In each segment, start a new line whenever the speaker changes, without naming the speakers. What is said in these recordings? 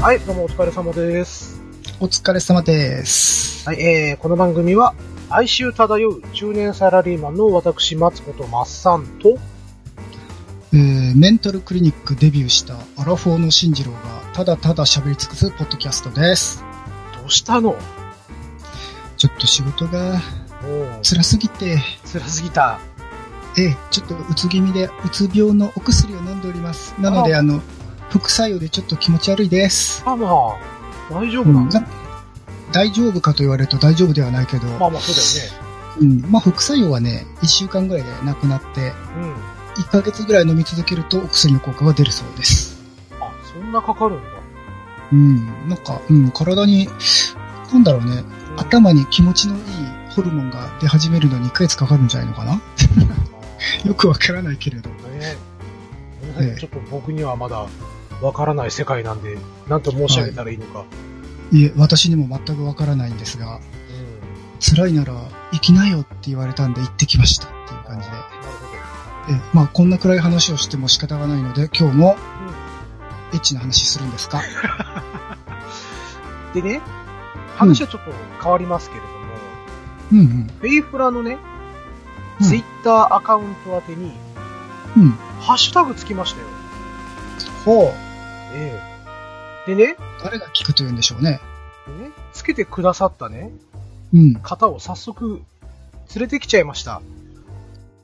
はい、どうもお疲れ様です。
お疲れ様です。
はい、えー、この番組は、哀愁漂う中年サラリーマンの私、松子とマッサンと、
えーメンタルクリニックデビューしたアラフォーの進次郎がただただ喋り尽くすポッドキャストです。
どうしたの
ちょっと仕事が
もう、
辛すぎて、
辛すぎた。
ええ、ちょっとうつ気味で、うつ病のお薬を飲んでおります。なので、
あ
あの、副作用でちょっと気持ち悪いです。
まあまあ、大丈夫な
う
の、
ん、な大丈夫かと言われると大丈夫ではないけど、
まあまあ、そう
うん、まあ副作用はね、1週間ぐらいでなくなって、
だよね。うん。
1ヶ月ぐらい飲み続けるとお薬の効果が出るそうです。
あ、そんなかかるんだ。
うん、なんか、うん、体に、なんだろうね、
うん
頭に気持ちのいいホルモンが出始めるのに1ヶ月かかるんじゃないのかな よくわからないけれど。
ね
ええ
ちょっと僕にはまだ、わからない世界なんで、なんと申し上げたらいいのか。
いえ、私にも全くわからないんですが、
うん。
辛いなら行きなよって言われたんで行ってきましたっていう感じで。
なるほど。
えまあこんな暗い話をしても仕方がないので、今日も
うん
エッチな話するんですか
でね、話はちょっと変わりますけれども、
うんうん。
フェイフラのね、
うん
ツイッターアカウント宛てに、
うん。
ハッシュタグつきましたよ。
ほう。
ええ。でね、
誰が聞くというんでしょうね。
でねつけてくださったね、
うん。
方を早速、連れてきちゃいました。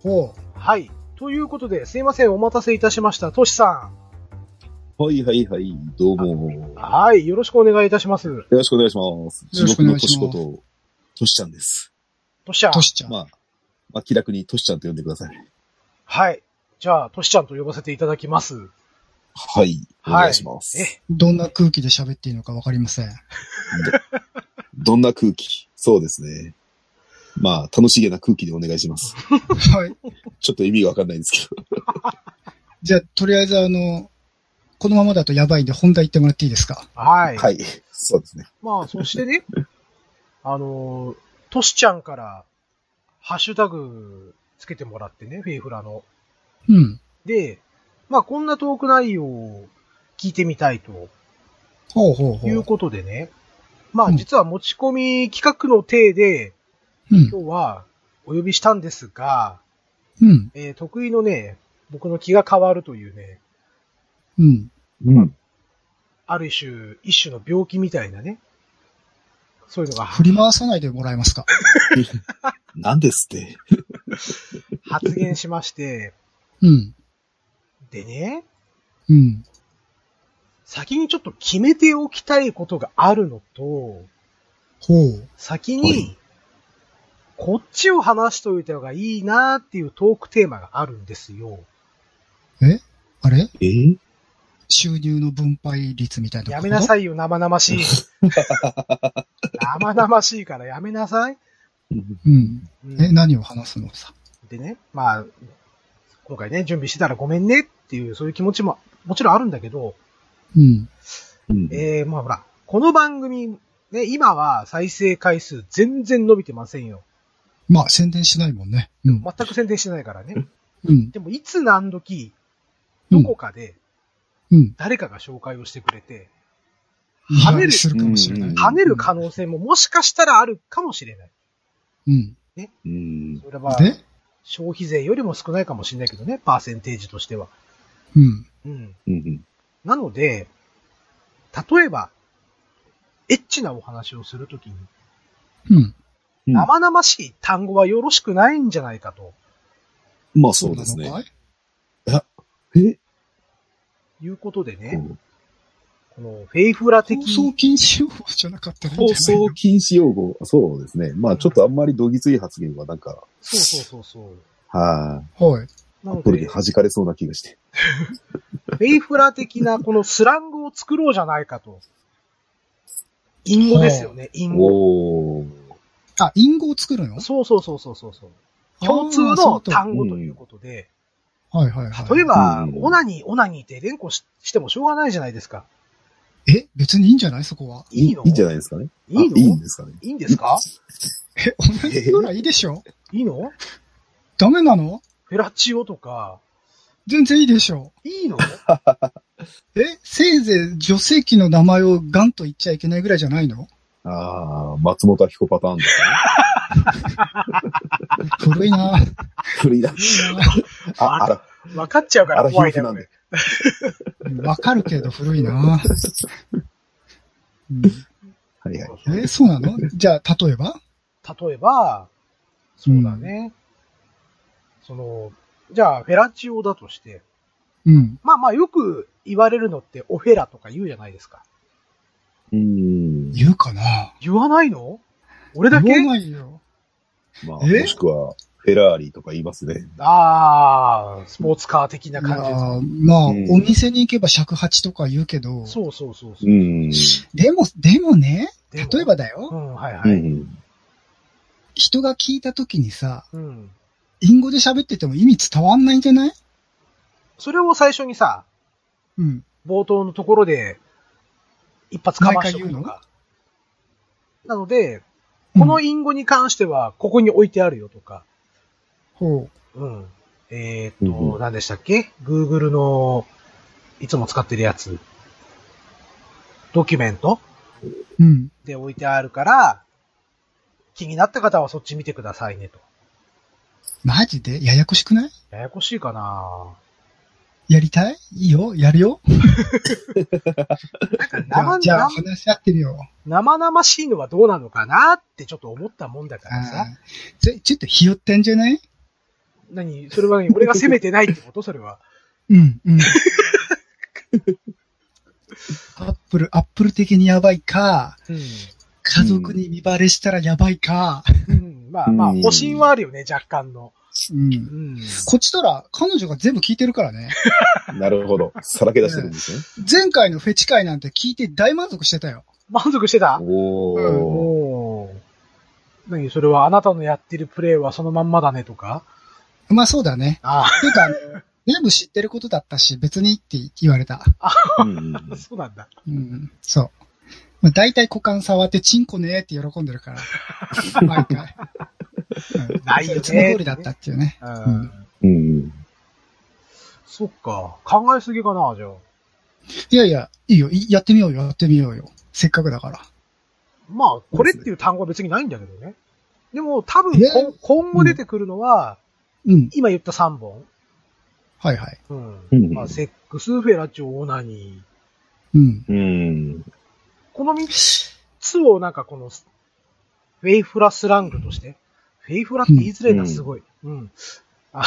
ほ
はい。ということで、すいません、お待たせいたしました。トシさ
はいはいはい、どうも。よ
ん。はい。よろしくお願いいたします。
ろしくお願いします。
よろし
地
く
獄
お願
の
いし
と
ます
しこと、としちゃんです。
トシちゃ
う。
ん
と。しちゃん。
まあ、まあ、気楽にとしちゃんと呼んでください。
はい。じゃあ、トシちゃんと呼ばせていただきます。
はい、お願いします。
え、
どんな空気で喋っていいのかわかりません。
どんな空気そうですね。まあ、楽しげな空気でお願いします。
はい。
ちょっと意味がわかんないんですけど。
じゃあ、とりあえずあの、このままだとやばいんで本題行ってもらっていいですか
はい。
はい、そうですね。
まあ、そして ね、あのー、トシちゃんから、ハッシュタグつけてもらってね、フェイフラの。
うん。
で、まあ、こんなトーク内容を聞いてみたいと
ほうほうほ
いう
う。
ことでね、まあ、
うん
実は持ち込み企画の体で、
うん。
今日はお呼びしたんですが、
うん。
えー得意のね、僕の気が変わるというね、
うん。
うん。
ある種、一種の病気みたいなね、そういうのが
振り回さないでもらえますか
なんですって。
発言しまして、
うん。
でね、
うん。
先にちょっと決めておきたいことがあるのと、
ほう。
先
は
に
い、
こっちを話しといた方がいいなーっていうトークテーマがあるんですよ。
あれ
えー
収入の分配率みたいなこと。。
やめないさいよ、生々 しい。生々しいからやめなさい。
うん。
うん
え、何を話すのさ。
でね、まあ、今回ね、準備してたらごめんねっていう、そういう気持ちも、もちろんあるんだけど、
うん。
うん
えー、まあほら、この番組、ね、今は再生回数全然伸びてませんよ。
まあ、宣伝しないもんね。うん。
全く宣伝してないからね。
うん。
でも、いつ何時、
う
ど
ん
こかで
うん。
誰かが紹介をしてくれて、跳
跳
ね
ね
る
る。するかもしれない。
うん
跳ねる可能性ももしかしたらあるかもしれない。
うん。
うん。
それは、
で
消費税よりも少ないかもしれないけどね、パーセンテージとしては。
うん。
うん。
うん。
なので、例えば、エッチなお話をするときに、
うん。
うん
生々しい単語はよろしくないんじゃないかと
まあ、そうですね
なの。かい
え
いうことでね、
うん
このフェイフラ的
放送禁止用法じゃなかったらいいん
放
じゃない
送禁止用語。そうですね。まあ、ちょっとあんまりどぎつい発言はなんか、
そうそうそうそう。
はい。
のはい。
な
ア
の
ップル
で、
に
フ
弾かれそうな気がして。
ェイフラ的なこのスラングを作ろうじゃないかと。隠語ですよね、隠語。
おお。
あ、隠語を作るの
そうそうそうそうそうそう。共通
あーそうい
の
うことは
単語ということで、
いはいはい。
例えば
う、ん
オナニー、オナニーって連呼ししてもしょうがないじゃないですか。
え、別にいいんじゃないそこは。
いいの
いいんじゃないですかね。
いい
あいい
の
んですかね。
いいんですか
え、同じぐらいいいでしょ
いいの
ダメなの
フェラチオとか、
全然いいでしょ
いいの
えせいぜい女性器の名前をガンと言っちゃいけないぐらいじゃないの
ああ、松本明子パターンですね。
古いなぁ。
古いな。 あ、あら、
分かっちゃうから
荒
怖い
広
ね
く
こ
なん
れ
で。
わかるけど古いなぁ。うん
はいはい。
えそうなのじゃあ、例えば
例えば、そうだね。その、じゃあ、フェラチオだとして、
うん。
まあまあよく言われるのってオフェラとか言うじゃないですか。
うーん。
言うかな
言わないの俺だけ
言わないよ。
まあ、も
え
しくは、フェラーリとか言いますね。
ああ、スポーツカー的な感じです
まあ、まあ、
うん
お店に行けば尺八とか言うけど、
そうそうそうそうう。
ーん。
でも、でもね、
でも
例えばだよ、
うん、はいは
う
い。
ん。
人が聞いた時にさ、
うん。
インゴで喋ってても意味伝わんないんじゃない
それを最初にさ、
うん。
冒頭のところで、一発かましておくのか。なので、この
うん、
隠語に関しては、ここに置いてあるよとか、
ほ
うん。えーっ
うんう
と、
ん
何でしたっけ ?Google の、いつも使ってるやつ、ドキュメント
う。うん。
で置いてあるから、気になった方はそっち見てくださいねと。
マジでややこしくない
ややこしいかな
やりたいいいよやるよ
なんか生
じゃあじゃあ
々
話し合ってみよう。
生々しいのはどうなのかなってちょっと思ったもんだから
あ
さ。
ーちょちょっとひよってんじゃない
何それは何俺が責めてないってことそれは。
うん、 うん。アップル、アップル的にやばいか、
うん。
家族に見バレしたらやばいか、
うん、まあまあ、
うん
保身はあるよね、若干の。
うん。
うん。
こっちとら、彼女が全部聞いてるからね。
なるほど。さらけ出してるんですね。
前回のフェチ会なんて聞いて大満足してたよ。
満足してた
おー。
おお。何それはあなたのやってるプレーはそのまんまだねとか
まあそうだね。
あ
ていうか、あの全部知ってることだったし、別にって言われた。
うんうん
あ、 そうなんだ。
うん、そう。まあ、大体股間触ってチンコねーって喜んで るから。毎回。うん
ないよね
いつも通りだったっていうね。
う
うんん。
うん。
そっか。考えすぎかな、じゃあ。
いやいや、いいよ。いやってみようよ。やってみようよ。せっかくだから。
まあ、これっていう単語は別にないんだけどね。でも、多分
いや
今、今後出てくるのは、
うん。
今言った3本。
はいはい。
うん。
うん
まあ、セックス、フェラチオ、オナニー。
うん。
うん。
この3つをなんかこの、フェイフラスラングとして。フェイフラって言いづらいな、
うん
すごい。うん。あの、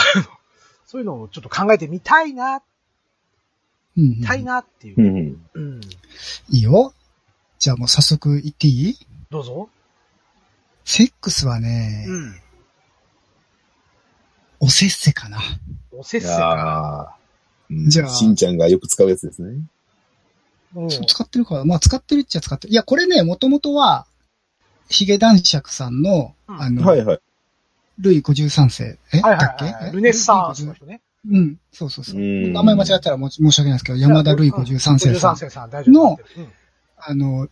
そういうのをちょっと考えてみたいな、
うん、うん。
たいなっていう
う。ん。
うん。
いいよ。じゃあもう早速言っていい
どうぞ。
セックスはね、
ん。
おせっせかな。
おせっ
い
せか
やーうん
じゃあ
しんちゃんがよく使うやつですね。
な。うん
そう使ってるから、まあ使ってるっちゃ使ってる。いや、これね、もともとは、ヒゲ男爵さんの、
うん
あの、
はいはい。
ルイ53世、え、
はい
だ
はい
っけ、
はい。
え
ルネッサンスの
ルイ
人ね。
50うん、そうそうそう。
うん
名前間違ったらもう申し訳ないですけど、山田ルイ53世さん
53。世さん、大丈夫。
のあの、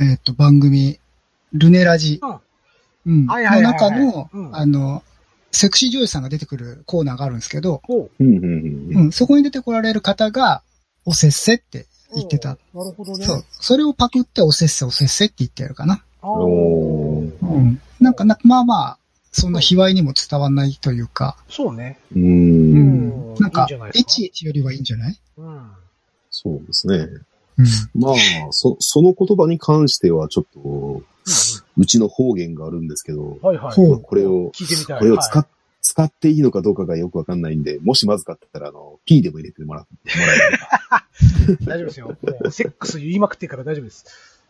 えっ、と、番組、ルネラジ、うん、
はいはい
の
はいは
中
い
の、
うん
あの、セクシー女優さんが出てくるコーナーがあるんですけど、
お
うんうん
う
うん。
ん、そこに出てこられる方が、おせっせって言ってた。。
なるほどね。
そう。それをパクっておせっせおせっせって言ってやるかな。
あー
う
おー
ん。なんかな、まあまあ、そんな卑猥にも伝わんないというか、
そうね。
う
う。
んん。
いい
なん
ん
か
じゃない、
エ
です
ッ
か
チよりはいいんじゃない
うん。
そうですね。
うん。
まあ、そ、その言葉に関してはちょっと、うちの方言があるんですけど、
はいはい。
ほう
これを
聞いてみたい。
これを使
は
っ、使っていいのかどうかがよくわかんないんで、もしまずかったら、あの、P でも入れてもらもらえれ
い
ば。
大丈夫ですよ。もうセックス言いまくってから大丈夫です。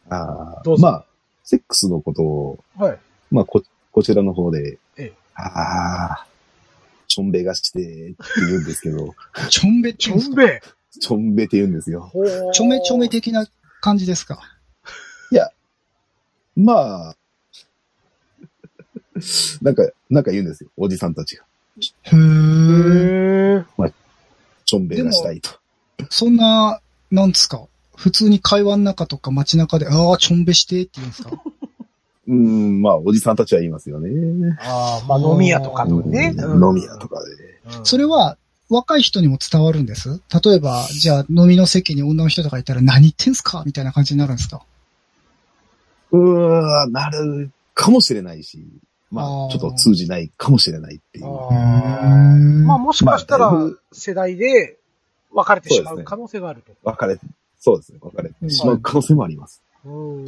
あー
どうぞ
まあ、セックスのことを、
はい。
まあ、こ、こちらの方で、
ええ
ああ、ちょんべがしてって言うんですけど、
ちょんべ
ち
ちょ
ょ
ん
んべえ。
ちょんべって言うんですよ。
ほう
ちょめちょめ。的な感じですか。
まあ、なんか、なんか言うんですよ。おじさんたちが。
へ
へ
ー。
ー
ちょんべがしたいと。
そんな、なんですか。普通に会話の中とか街中で、ああ、ちょんべしてって言うんですか。
うん、まあ、おじさんたちは言いますよね。
ああ、まあ飲み屋とかのね。
うん飲み屋と
か。
かで。
うん
それ、は、若い人にも伝わるんです例えば、じゃあ飲みの席に女の人とかいたら何言ってんすかみたいな感じになるんですか
うーん、なるかもしれないし、まあ
あー、
ちょっと通じないかもしれないっていう。
あー
うん
まあもしかしたら
まあだいぶ
世代で別れてしま
そ
う
うですね
可能性があると。
別れ、そうですね、別れてしまう可能性もあります。
うん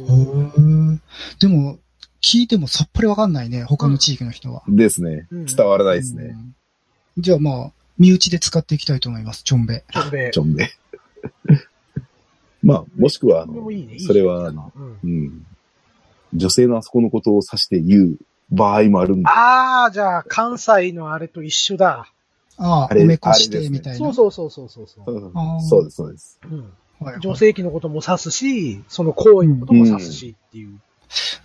うんでも、聞いてもさっぱりわかんないね、他の地域の人は。
ですね。
うん
伝わらないです
う
ね。
んじゃあまあ、身内で使っていきたいと思います、チョンベ。
ちょんべい
ちょんで。 まあ、もしくは、あ
で
の
もいいねいいね
それは、あの、
うん
うん。女性のあそこのことを指して言う場合もあるんで、
ああ、じゃあ関西のあれと一緒だ。
ああ、
あれ
おめこし
あれ
て、
ですね
みたいな。
そうそうそうそうそうそうう、
ん
あー
そうです、そうです。
うん。
はいはい
女性器のことも指すし、その行為のことも指すしっていう。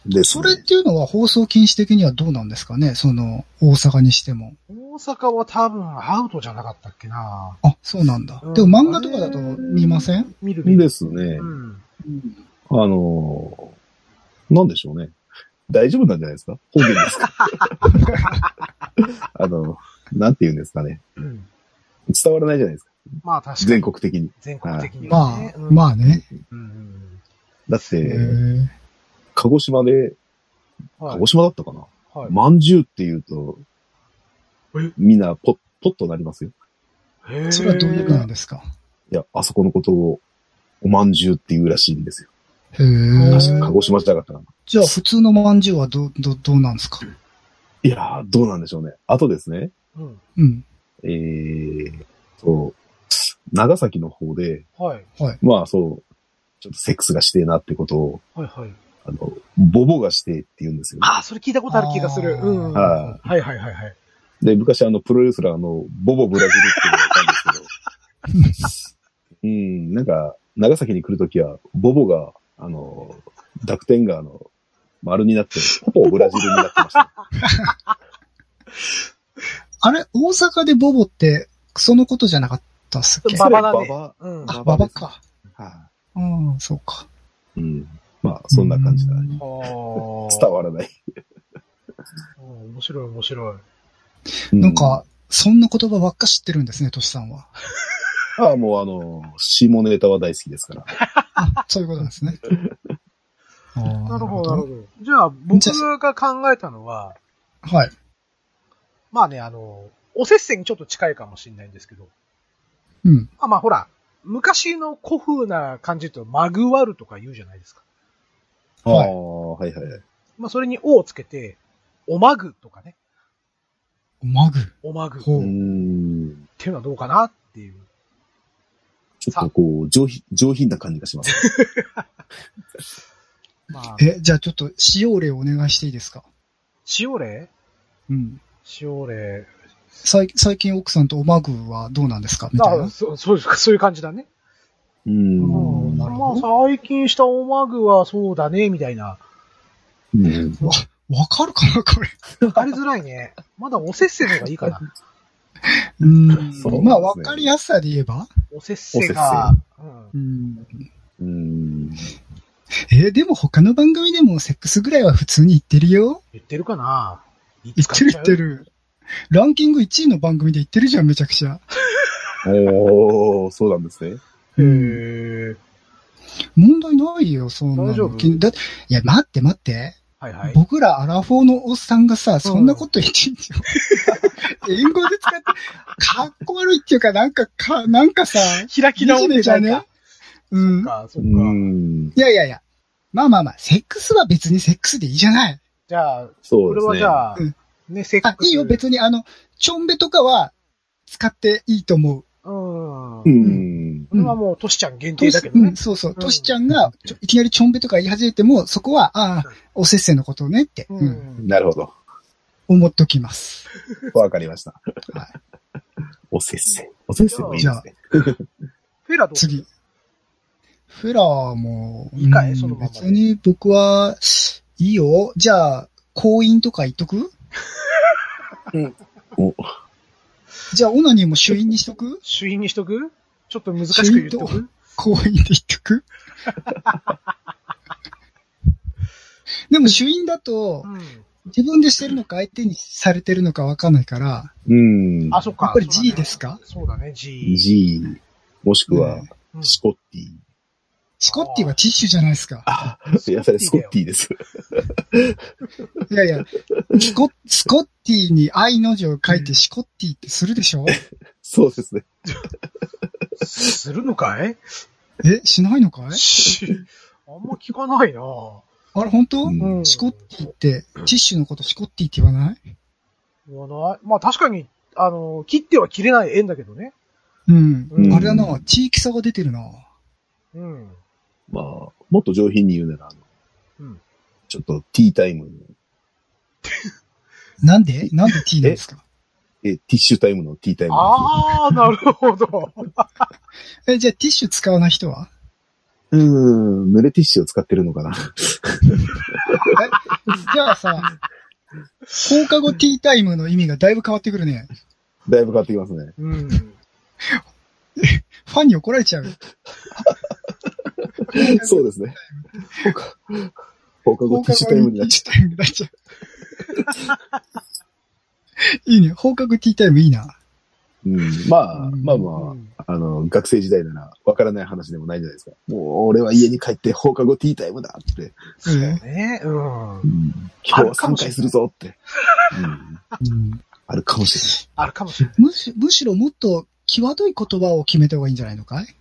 です
それ
ね、
っていうのは放送禁止的にはどうなんですかねその、大阪にしても。
大阪は多分アウトじゃなかったっけな
あ、そうなんだ
うん。
でも漫画とかだと見ません
見る見る。
ですね。
うん。
あのーなんでしょうね。大丈夫なんじゃないですか方言ですか あの、なんて言うんですかね。
うん
伝わらないじゃないですか。
まあ確か
全
に。
国的に。
全国的には
ま
ね。
あ、まあね。
あ。うん
だって、
へー
鹿児島で、
は
鹿
い
児島だったかな、
はい。
まんじゅうって言うと
え、
みんなポッ、ポッとなりますよ。
へー
それはどういうことなんですか
いや、あそこのことを、おまんじゅうって言うらしいんですよ。
へえ。
確
鹿児島じゃなかったかな。
じゃあ普通の饅頭はどう、どう、どうなんですか
いやー、どうなんでしょうね。あとですね、
うん。
うん。
えー、と、長崎の方で、
はい。
まあそう、ちょっとセックスがしてえなってことを、
はいはい。
あの、ボボがしてって言うんですよ。
ああ、それ聞いたことある気がする。
あー
うん。は
はい
はいはいはい。
い。で、昔あの、プロレスラーのボボブラジルっていうのがいたんですけど、うん、なんか、長崎に来るときは、ボボが、あの、濁点があの、丸になって、ほぼブラジルになってました。
あれ、大阪でボボって、そのことじゃなかったっすっけ
ババだね
それバ
うん。
バ
あ、ババか。
バはい
うん、そうか。
うん。まあ、そんな感じだ。
うん
伝わらない。
うん面白い面白い。
なんか、そんな言葉ばっか知ってるんですね、トシさんは。
うん、ああ、もうあの、下ネタは大好きですから。
あ、そういうことなんです ね。あー
なるほど、なるほど。じゃあ、僕が考えたのは、
はい。
まあね、あの、おせっせにちょっと近いかもしれないんですけど、
うん。
あまあほら、昔の古風な感じと、マグワルとか言うじゃないですか。
はい
ああ、はいはい。
まあそれに、おをつけて、おまぐとかね、
マグ。
おまぐっ
ほ
う
う。
ん。
ていうのはどうかなっていう。
ちょっとこう、上品、上品な感じがします。
まあ、
え、じゃあちょっと使用例をお願いしていいですか
塩霊
うん。
塩霊。
最最近奥さんとおマグはどうなんですかみたい
あ
な。
そうそうですかそういう感じだね。
うん。
うんなる
まあ
ほど
最近したおまぐはそうだね、みたいな。
うん
わ、わかるかなこれ。
わかりづらいね。まだおせっせの方がいいかな。
うん
そうですね
まあ、わかりやすさで言えば
おせっせが。うん
うん。
うん。
えーでも他の番組でもセックスぐらいは普通に言ってるよ。
言ってるかな
言ってる言って
る。
る。ランキング1位の番組で言ってるじゃん、めちゃくちゃ。
おー、そうなんですね。
へえ。
問題ないよ、そんなの。
大丈夫
きだいや、待って待って。
はいはい。
僕らアラフォーのおっさんがさ、そんなこと言ってんじ ゃん。英語で使って、かっこ悪いっていうか、なんか、か、なんかさ、
開き直って
じ
な
ゃ
い
ね
か。。
うん。
か、そっ
う
か。
ん。
いやいやいや。まあまあまあ、セックスは別にセックスでいいじゃない。
じゃあ、
そ
こ
うで
れ
すね。
はじゃあ
うん、
ね、せっ
あ
か、く。
いいよ、別に、あの、ちょんべとかは使っていいと思
うん。
う。
こ
う
れ
ん。
うん
はもう、トシちゃん限
と
定
し
だけどね
うん、。そうそう。
うん
としちゃんが、ちょいきなりちょんべとか言い始めても、そこは、ああ、おせっせのことをねって、うん
うん。
なるほど。
思っときます。
わかりました。
は
おせっせ。おせっせもいいですね。
フェラどうする
次。フェラーも、
いいかい
うん
そのままで
別に僕は、いいよ。じゃあ、婚姻とか言っとく
お
じゃあ、オナニーも主因にし とく
主因にしとくちょっと難しく言っと
主因
く
婚姻で言っとくでも主因だと
う、ん。
自分でしてるのか、相手にされてるのかわかんないから、
うん。
あ、そっか。
やっぱり G ですか
そうだね、G。
G、もしくは、
うん
スコッティ。
スコッティはティッシュじゃないですか。
あ、いや、それスコッティです。
いやいや、スコスコッティに愛の字を書いてシコッティってするでしょ
そうですね。
するのかい
え、しないのかい
しあんま聞かないなぁ。
あれ本当、
うん
シコッティって、ティッシュのことシコッティって言わない
言わない。まあ確かに、あの、切っては切れない縁だけどね。
うん。
うん
あれだな、地域差が出てるな。
うん。
まあ、もっと上品に言うなら、あの
うん
ちょっとティータイムの、
なんでなんで T なんですか
え、ティッシュタイムのティータイムの
ああ、なるほど。
え、じゃあティッシュ使わない人 は
日。うーん、濡れティッシュを使ってるのかな。
じゃあさ、放課後ティータイムの意味がだいぶ変わってくるね。
だいぶ変わってきますね。
うん。
ファンに怒られちゃう。
そうですね。放課後ティッシュタイムになっち
放課後ティッシ
ゃ
ュタイムになっちゃ う。いいね。放課後ティータイムいいな。
う。うん、まあ、
うん
まあまあ、あの、学生時代ならわからない話でもないじゃないですか。もう、俺は家に帰って放課後ティータイムだって。
そうね。うん
う。ん、今日は3回するぞって。うんあるかもしれない。
あるかもしれない。
むしむしろもっと際どい言葉を決めた方がいいんじゃないのかい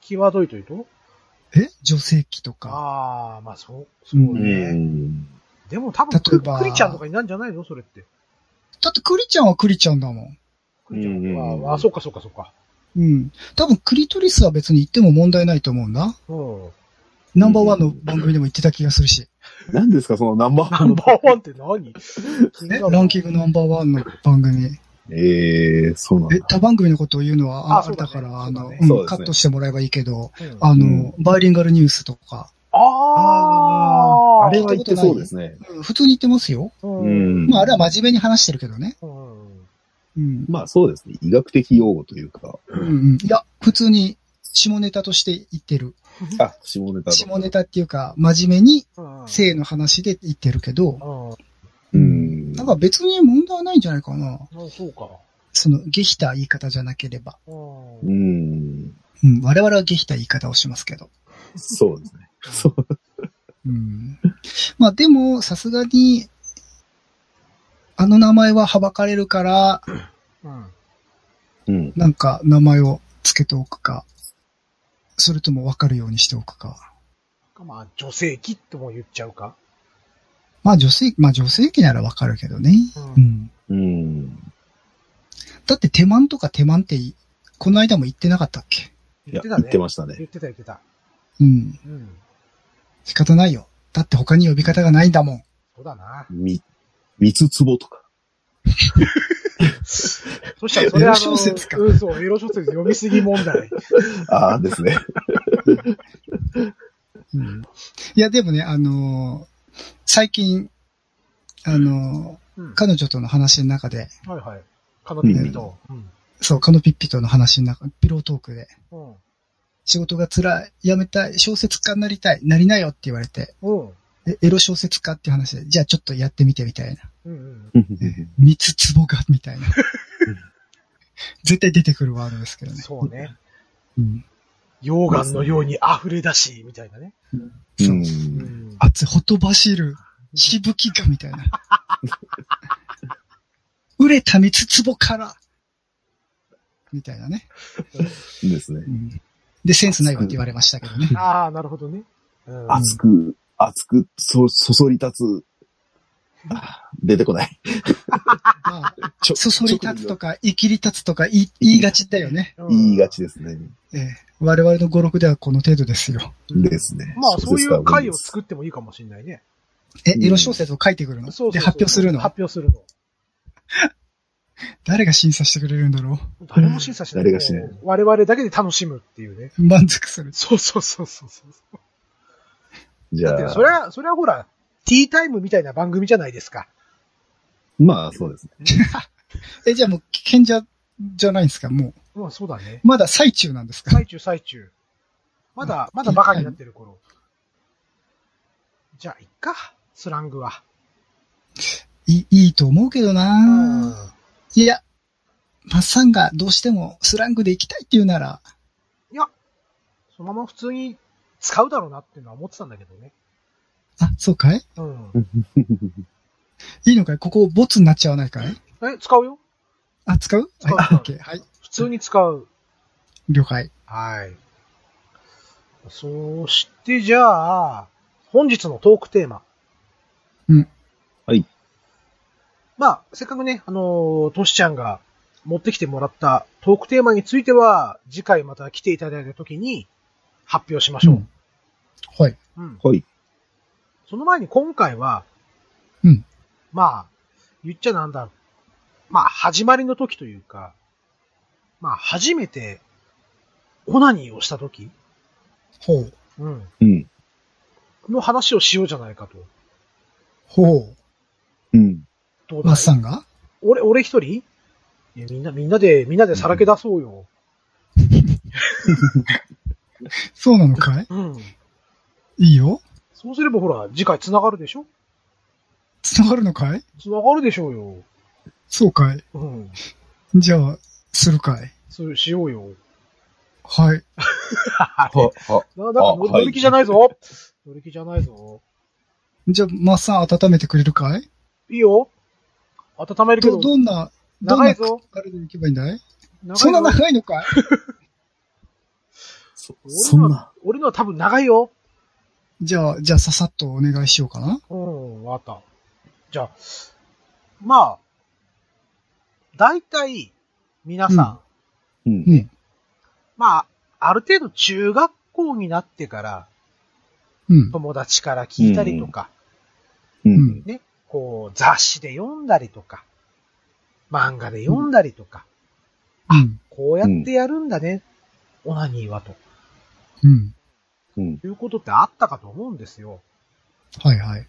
際どいというと
え女性器とか。
ああ、まあそう、そうね。
ん。
でも多分
例え
ク、
ば
クリちゃんとかになるんじゃないのそれって。
だってクリちゃんはクリちゃんだもん。
クリちゃん
うんうんうん
は、あ、そうかそうかそうか。
うん。多分クリトリスは別に言っても問題ないと思うんだ。
うん。
ナンバーワンの番組でも言ってた気がするし。
何ですか、そのナンバー
ナ
ワン
ン
の。
バーワンって何
えランキングナンバーワンの番組。
ええそうなん
え、
だ。
他番組のことを言うのは、あ
あ
あ
そ
れ
うだ
だ
ね
から、あ
そう
の、
だね
うん
そうです
カ
ね
ットしてもらえばいいけど、
うん
あの、バイリンガルニュースとか、
あー
あれは言ってそうですね。
うん普通に言ってますよ。
うん。
まあ、あれは真面目に話してるけどね。
うん
うん。
まあそうですね。医学的用語というか、
うんうん。いや、普通に下ネタとして言ってる。
あ、下ネタ
下ネタっていうか、真面目に
うん
性の話で言ってるけど、
うん。あ
うん。
なんか別に問題はないんじゃないかな。
そうか。
その、下ひた言い方じゃなければ。
うん
う。ん。
うん。我々は下ひた言い方をしますけど。
そうですね。そう。
うん。まあでも、さすがに、あの名前ははばかれるから、
うん。
うん。
なんか名前を付けておくか、それともわかるようにしておくか。
まあ、女性器とも言っちゃうか。
まあ女性、まあ女性器ならわかるけどね。
うん
うん。
うん。
だって手満とか手満ってい、この間も言ってなかったっけ
い
言
や、
って
言
たね。
ってましたね。
言ってた言ってた。
うん。
うん。
仕方ないよ。だって他に呼び方がないんだもん。
そうだな。
み、三つつぼとか。
そしたらそれ
エ
あ
ロ
の、
小説か
うん、そう、エロ小説読みすぎ問題。
あ あですね。
うん。いや、でもね、あのー最近、あの
うん
ー。彼女との話の中で、
はいはい。カノピピと。うん。
そう、カノピッピとの話の中、ピロートークで、
うん。
仕事が辛い、辞めたい、小説家になりたい、なりなよって言われて、
うん。
えエロ小説家って話で、じゃあちょっとやってみてみたいな。
うん。
三つつぼが、みたいな。絶対出てくるワードですけど
うん。
ね。
そうね。
うん。
溶岩のように溢れ出し、みたいなね。
う。
そう。
うんん。
熱い、ほとばしる、しぶきが、みたいな。売れた三つつぼから、みたいなね。
ですね
う。んで、センスないわって言われましたけどね。
ああ、なるほどね。うん。
熱く、熱く、そ、そそり立つ。あ出てこない。
まあ、
ちょ
そ そり立つとか、いきり立つとか言い、言いがちだよね。
うん
言いがちですね。
ええ我々の語録ではこの程度ですよ。
ですね。
まあ、そういう回を
る。
作ってもいいかもしれないね。
え、
うん
エロ小説を書いてくるの
そうそうそう
で、発表するの
発表するの。
誰が審査してくれるんだろ
誰も審査しない。
誰がしない
我々だけで楽しむっていうね。
う 満足する。
そうそうそうそうそう。
じ
だ
ゃ
って、
あ
そ、れは、それはほら、ティータイムみたいな番組じゃないですか。
まあそうですね。
え、じゃあもう、賢者じゃないんですかも
まあ、そうだね。
う、まだ最中なんですか
最中、最中。まだ、まだバカになってる頃。じゃあ、いっか。スラングは。
いいいと思うけど
うん
な、いや、マッサンがどうしてもスラングで行きたいって言うなら、
そのまま普通に使うだろうなっていうのは思ってたんだけどね。
あ、そうかい
うん。
いいのかいここボツになっちゃわないかい
え、使うよ
あ、使う
使う
はい、オッケー。はい、
普通に使う。
了解。
はい。そして、じゃあ、本日のトークテーマ。
うん。
はい。
まあ、せっかくね、あのートシちゃんが持ってきてもらったトークテーマについては、次回また来ていただいた時に発表しましょう。
はい。
うん。
はい。
その前に今回は、
うん。
まあ、言っちゃなんだろう。まあ、始まりの時というか、まあ、初めて、オナニーをした時
ほう。
うん。
うん。
の話をしようじゃないかと。
ほう。
うん。
どうだ
マッ
い
サンが
俺、俺一人いや、みんな、みんなで、みんなでさらけ出そうよ。
そうなのかい
うん。
いいよ。
そうすればほら、次回繋がるでしょ
伝わるのかい
繋がるでしょうよ。
そうかい
うん。
じゃあ、するかい
そう、しようよ。
はい。
な、
は、は、
なんか乗り、
はい
乗り気じゃないぞ。乗り気じゃないぞ。
じゃあ、マッサン温めてくれるかい
いいよ。温めるけど
ど、、どんな、どん
長い
な、
ぞ。
あれで行けばいいんだい
長い
そんな
よ
長いのかい
そ、
俺の
そんな。
俺のは多分長いよ。
じゃあ、じゃあ、ささっとお願いしようかな。
うん、わかった。じゃあ、まあ、大体、皆さん、
うん
うん。
うん。
まあ、ある程度中学校になってから、
うん。
友達から聞いたりとか、
うん。
ね、こう、雑誌で読んだりとか、漫画で読んだりとか、
うん。
こうやってやるんだね、オナニーは、と
うん。
うん。
いうことってあったかと思うんですよ。
はいはい。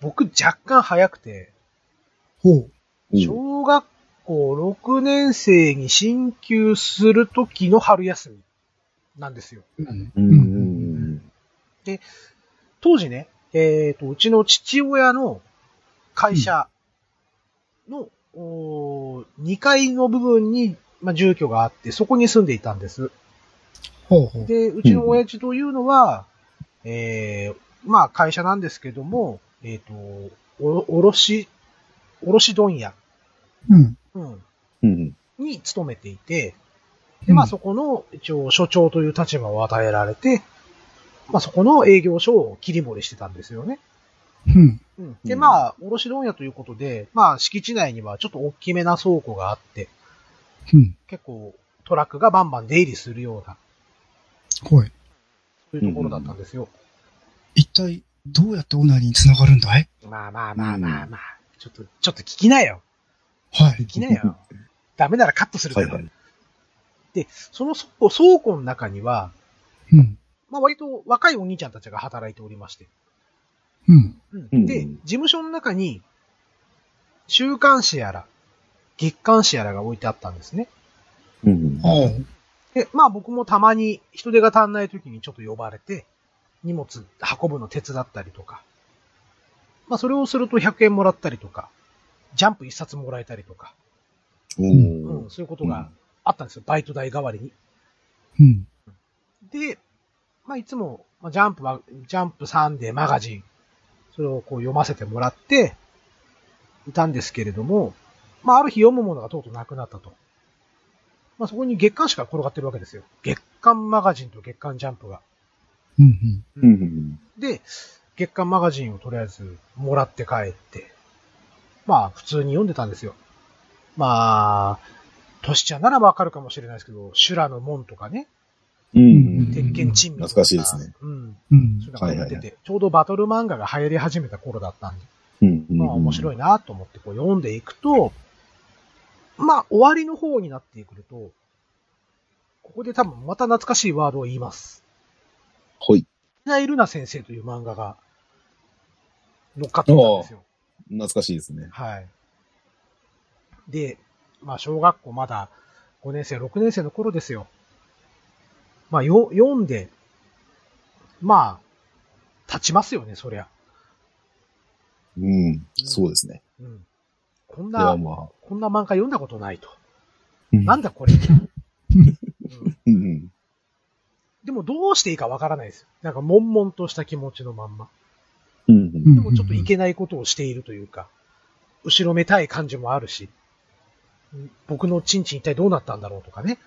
僕若干早くて、
ほう。
うん。
小学校6年生に進級するときの春休みなんですよ。
うん。
うん。うん。
当時ね、えっ、と、うちの父親の会社の、2階の部分に、まあ、住居があって、そこに住んでいたんです。
ほうほう。
で、うちの親父というのは、えーまあ会社なんですけども、えっ、と、おろし、おろし問屋、
うん。
うん、
うん。
に勤めていて、で、まあそこの、一応、所長という立場を与えられて、まあそこの営業所を切り盛りしてたんですよね。
うん。
うん。で、
うん
まあ、卸問屋ということで、まあ敷地内にはちょっと大きめな倉庫があって、
うん。
結構トラックがバンバン出入りするような、
ほい。
そういうところだったんですよ。
一体、どうやってオナニーに繋がるんだい
まあまあまあまあまあ、ちょっと、ちょっと聞きなよ。
はい
聞。きな よ。ダメならカットするか
はい
ら。
はい。
で、その倉庫倉庫の中には、
うん。
まあ割と若いお兄ちゃんたちが働いておりまして。
うん。
うん、で、事
うん
務所の中に、週刊誌やら、月刊誌やらが置いてあったんですね。
うん。
おう。
で、まあ僕もたまに人手が足んない時にちょっと呼ばれて、荷物運ぶの手伝ったりとか、まあそれをすると100円もらったりとか、ジャンプ一冊もらえたりとか、
うん
うん、。そういうことがあったんですよ。バイト代代わりに。
うん。
で、まあ、いつも、まあ、ジャンプは、ジャンプサンデーマガジン、それをこう読ませてもらって、いたんですけれども、まあ、ある日読むものがとうとうなくなったと。まあ、そこに月刊誌が転がってるわけですよ。月刊マガジンと月刊ジャンプが。
うん。
うん。
で、月刊マガジンをとりあえずもらって帰って、まあ、普通に読んでたんですよ。まあ、トシちゃんならわかるかもしれないですけど、修羅の門とかね、
うん。
鉄拳珍味とか。
懐かしいですね。
うん。
うん
そういうのが出てて、ちょうどバトル漫画が流行り始めた頃だったんで、
うん。
まあ面白
い。
いなと思ってこう読んでいくと、まあ終わりの方になってくると、ここで多分また懐かしいワードを言います。
ほい。
ナイルナ先生という漫画が乗っかってきたんですよ。
懐かしいですね。
はい。で、まあ小学校まだ5年生、6年生の頃ですよ。まあよ読んで、まあ、立ちますよね、そりゃ。
うん。そうですね。
うん。こん
いや、
な、
まあ、
こんな漫画読んだことないと。
うん
なんだこれ。 うん
うん。
でもどうしていいかわからないですよ。なんか悶々とした気持ちのまんま。
うん。
う
うん
ん
でもちょっといけないことをしているというか、後ろめたい感じもあるし、うん僕のチンチン一体どうなったんだろうとかね。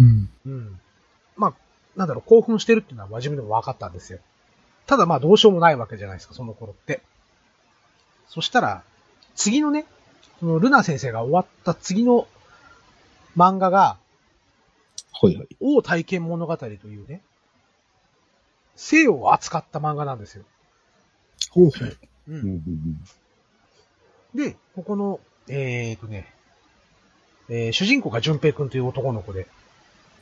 うん。
うん。まあ、なんだろう、興奮してるっていうのは自分でも分かったんですよ。ただまあどうしようもないわけじゃないですか、その頃って。そしたら、次のね、そのルナ先生が終わった次の漫画が、
はいはい。
王体験物語というね、性を扱った漫画なんですよ。
ほうほう。
う
うん。うん
で、ここの、えー、とね、えー主人公が淳平くんという男の子で、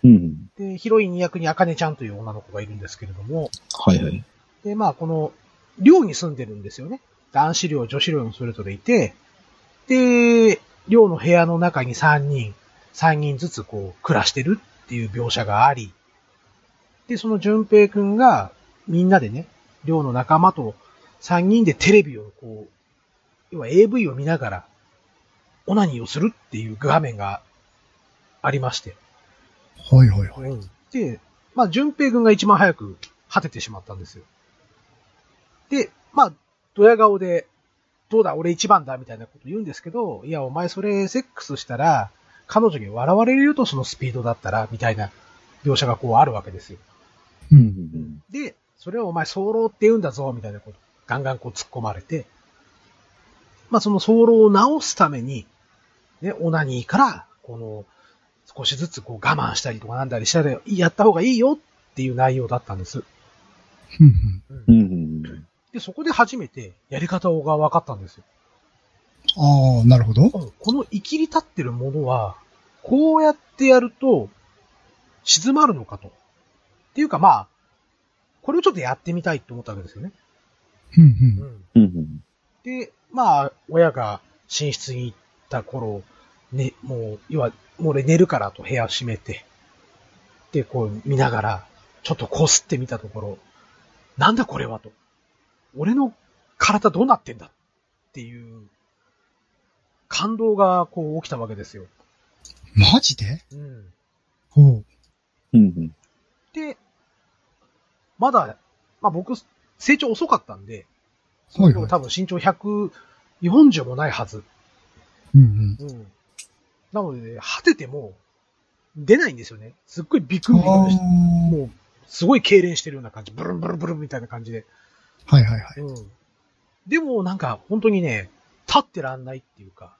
うん。
で、ヒロイン役に茜ちゃんという女の子がいるんですけれども、
はいはい。
で、まあ、この、寮に住んでるんですよね。男子寮、女子寮にそれぞれいて、で、寮の部屋の中に3人、3人ずつこう、暮らしてるっていう描写があり、で、その淳平くんが、みんなでね、寮の仲間と3人でテレビをこう、要は AV を見ながら、オナニーをするっていう画面がありまして。
はいはいはい。
で、まあ、淳平君が一番早く果ててしまったんですよ。で、まあ、ドヤ顔で、どうだ、俺一番だ、みたいなこと言うんですけど、いや、お前それセックスしたら、彼女に笑われるよとそのスピードだったら、みたいな描写がこうあるわけですよ。
う。
うんん。
で、それをお前、早漏って言うんだぞ、みたいなこと、ガンガンこう突っ込まれて、まあその早漏を直すために、ね、オナニーから、この、少しずつこう我慢したりとかなんだりしたら、やった方がいいよっていう内容だったんです。
うん
うん。
で、そこで初めてやり方が分かったんですよ。
ああ、なるほど。
この生きり立ってるものは、こうやってやると、静まるのかと。っていうかまあ、これをちょっとやってみたいと思ったわけですよね。
うんう。
うんん。
うん。
で、まあ、親が寝室に行った頃、ね、もう、要は、もう俺寝るからと部屋を閉めて、で、こう見ながら、ちょっとこすってみたところ、なんだこれはと。俺の体どうなってんだっていう、感動がこう起きたわけですよ。
マジで
うん。
ほう。
うん。
で、まだ、まあ僕、成長遅かったんで、
はいはい
多分身長140もないはず。
うん
うん。なので、ね、果てても、出ないんですよね。すっごいビク
うん。
ビ
あ
ク
あ。
して、もう、すごい痙攣してるような感じ。ブルンブルンブルンみたいな感じで。
はいはいはい。
うん。でも、なんか、本当にね、立ってらんないっていうか、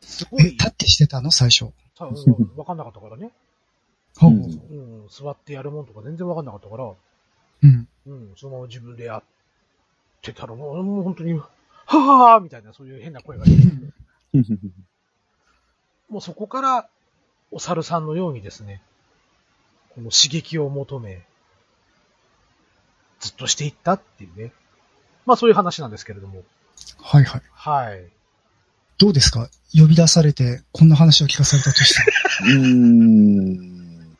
すご
え、
い、
立ってしてたの最初。
たうんわかんなかったからね。
ほう。
うん
うん、座ってやるもんとか全然わかんなかったから、
うん。
うん、そのまま自分でやってたら、もうもう本当に、ははーみたいな、そういう変な声が出てもうそこから、お猿さんのようにですね、この刺激を求め、ずっとしていったっていうね。まあそういう話なんですけれども。
はいはい。
はい。
どうですか呼び出されて、こんな話を聞かされたとした ら。
うん。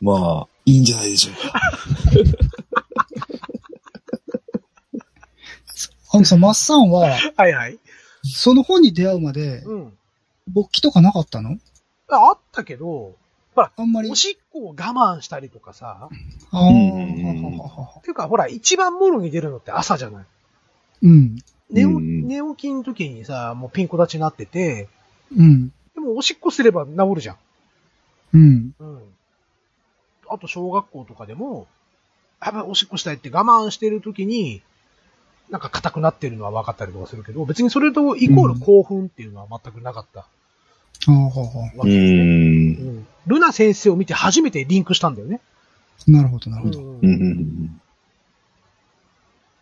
まあ、いいんじゃないでしょうか。
あのさ、マッサンは、
はいはい。
その本に出会うまで、
うん。
勃起とかなかったの
ああったけど、
あんまり
お。しっこを我慢したりとかさ、
ああ。
うん
っていうかほら、一番もろに出るのって朝じゃない
うん。
寝お
うん
寝起きの時にさ、もうピンコ立ちになってて、
うん。
でもおしっこすれば治るじゃん。
うん。
うん。あと小学校とかでも、やばい、おしっこしたいって我慢してる時に、なんか硬くなってるのは分かったりとかするけど、別にそれとイコール興奮っていうのは全くなかった
ああ。
わ
う。
けですね。うんんルナ先生を見て初めてリンクしたんだよね。
なるほど、なるほど。
うん
うん。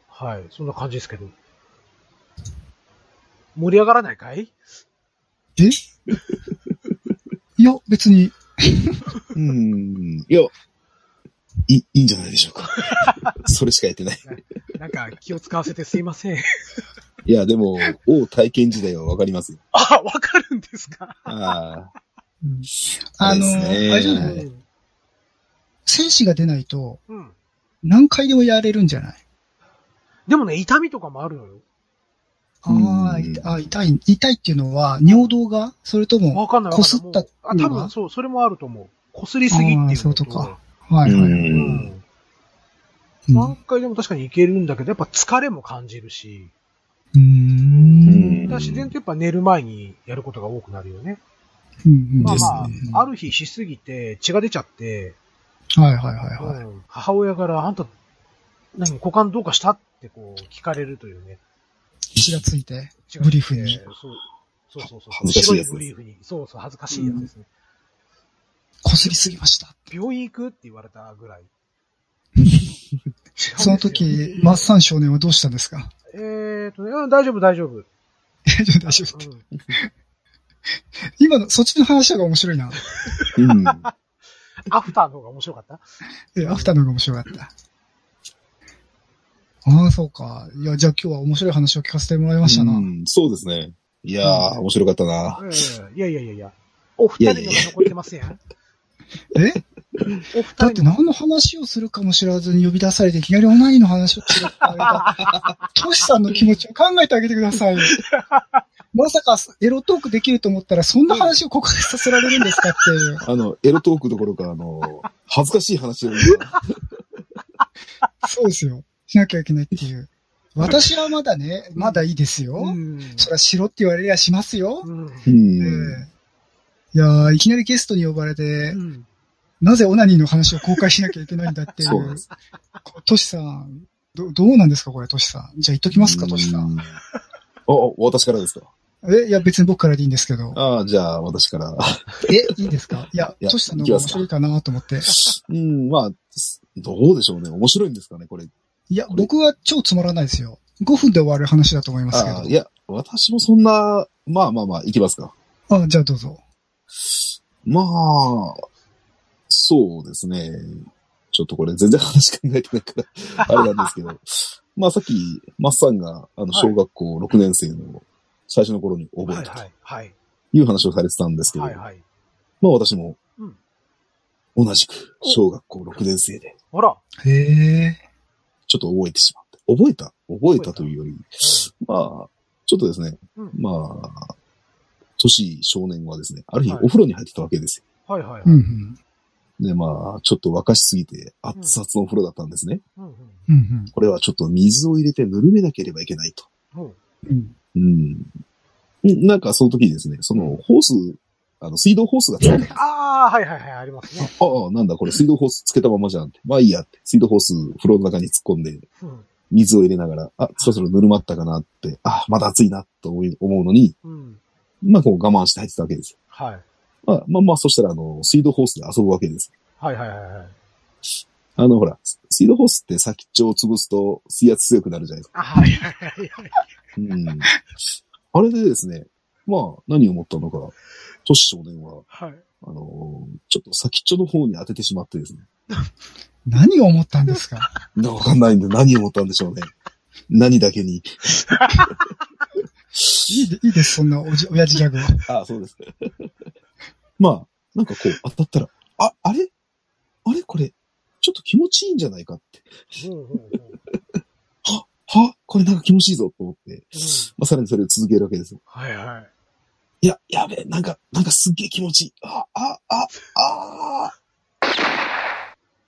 はい、そんな感じですけど。盛り上がらないかい
えいや、別に。
うん。いや、いい、いんじゃないでしょうか。 それしかやってない。
なんか気を使わせてすいません。
いや、でも、王体験時代はわかりますよ。
あ、わかるんですか
ああ。
あの、
そうですね
あれじゃな
はいい
精子が出ないと、
うん。
何回でもやれるんじゃない
でもね、痛みとかもあるのよ。
ああ、
うん
いあ痛い、痛いっていうのは、尿道がそれとも、
わかんないわかんない。
こすった
もうあ、多
の
分
は
そう、それもあると思う。こすりすぎっていう
あ
の
ー
と。
そういうことかはいはい。うん
うん。
う
何回でも確かにいけるんだけど、やっぱ疲れも感じるし、
ーん。
だから自然とやっぱ寝る前にやることが多くなるよね。
うん
まあま
ですね
あ、ある日しすぎて血が出ちゃって、
はいはいはいはい。
うん母親からあんた、何、股間どうかしたってこう聞かれるというね。
血がついて。
血が
ブリーフに
そうそうそうそう。
恥ずかしいやつです
白ブリーフに。そうそう、恥ずかしいやつですね。
こすりすぎました。
病院行くって言われた ぐらい。
その時、マッサン少年はどうしたんですか
えーっとね、うん大丈夫、大丈夫。
大丈夫大丈夫って。
うん
今の、そっちの話の方が面白いな。
うん。
アフターの方が面白かった
え、アフターの方が面白かった。ああ、そうか。いや、じゃあ今日は面白い話を聞かせてもらいましたな。
うんそうですね。いやー、面白かったな。
ええいやいやいやいや。お二人のが残ってませんお
えだ
二
って
人の。
何の話をするかも知らずに呼び出されていきなりオナニーの話をしろって言われた。 トシさんの気持ちを考えてあげてくだ さいよ。まさかエロトークできると思ったらそんな話を告白させられるんですかっていう。
あの、エロトークどころか、あの、 恥ずかしい話を今
そうですよ。しなきゃいけないっていう。私はまだね、まだいいですよ。
うん。
そりゃしろって言われりゃしますよ。
うん
うん
ええいやーいきなりゲストに呼ばれて、
うん
なぜオナニーの話を公開しなきゃいけないんだってい
そうなん
う
で。
こトシさん、ど、どうなんですかこれ、トシさん。じゃあ言っときますか、トシさん。
うんあ、あ私からですか。
え、いや、別に僕からでいいんですけど。
ああ、じゃあ、私から。
え、いいんですかいや
い、や
トシさんの方が面白いかなと思って。
うん、まあ、どうでしょうね。面白いんですかね、これ。
いや、僕は超つまらないですよ。5分で終わる話だと思いますけ
あ
ど
あ、。いや、私もそんな、まあまあまあ、いきますか。
あじゃあどうぞ。
まあ、そうですね。ちょっとこれ全然話考えてないから、あれなんです けど。まあさっき、マッサンが、あの、
はい
小学校6年生の最初の頃に覚
は
え
い
た
は
と
い。はい。
いう話をされてたんですけど、
はい
まあ
はい。
私も
うん、
同じく、小学校6年生で、
あら。
へえ。
ちょっと覚えてしまって。覚えた覚えたというより、まあ、ちょっとですね、
うん
まあ、年少年はですね、ある日
はい
お風呂に入ってたわけですよ。
はいはいはい。
うん
う
うんん。
で、まあ、ちょっと沸かしすぎて、熱々のお風呂だったんですね。
うん
うん
これはちょっと水を入れてぬるめなければいけないと。
ほう
うん。うん。
うん。んなんか、その時にですね、その、ホース、あの、水道ホースがついた。
ああ、はいはいはい、ありますね。
ああ、なんだ、これ水道ホースつけたままじゃんって。まあいいやって。水道ホース、風呂の中に突っ込んで、
うん
水を入れながら、あ、そろそろぬるまったかなって、あ、まだ熱いなと思い思うのに、
うん。
まあこう我慢して入ってたわけです。
はい。
まあまあまあ、そしたら、あの、水道ホースで遊ぶわけです。
はいはいはいはい。
あの、ほら、水道ホースって先っちょを潰すと水圧強くなるじゃないですか。
あはいはいはいはい。
うん。あれでですね、まあ、何を思ったのか、都市少年は、
はい。
あのーちょっと先っちょの方に当ててしまってですね。
何を思ったんですか
なわかんないんで何を思ったんでしょうね。何だけに。
いいでいいです、そんなおじ、親父ギャグは。
あそうです。 まあ、なんかこう当たったら、あ、あれあれこれ、ちょっと気持ちいいんじゃないかって。
ほうほうほう。
はこれなんか気持ちいいぞと思って、
うん
まあ、さらにそれを続けるわけですよ。
はいはい。
いや、やべえ、なんか、なんかすっげえ気持ちいい。あ、あ、あ、あー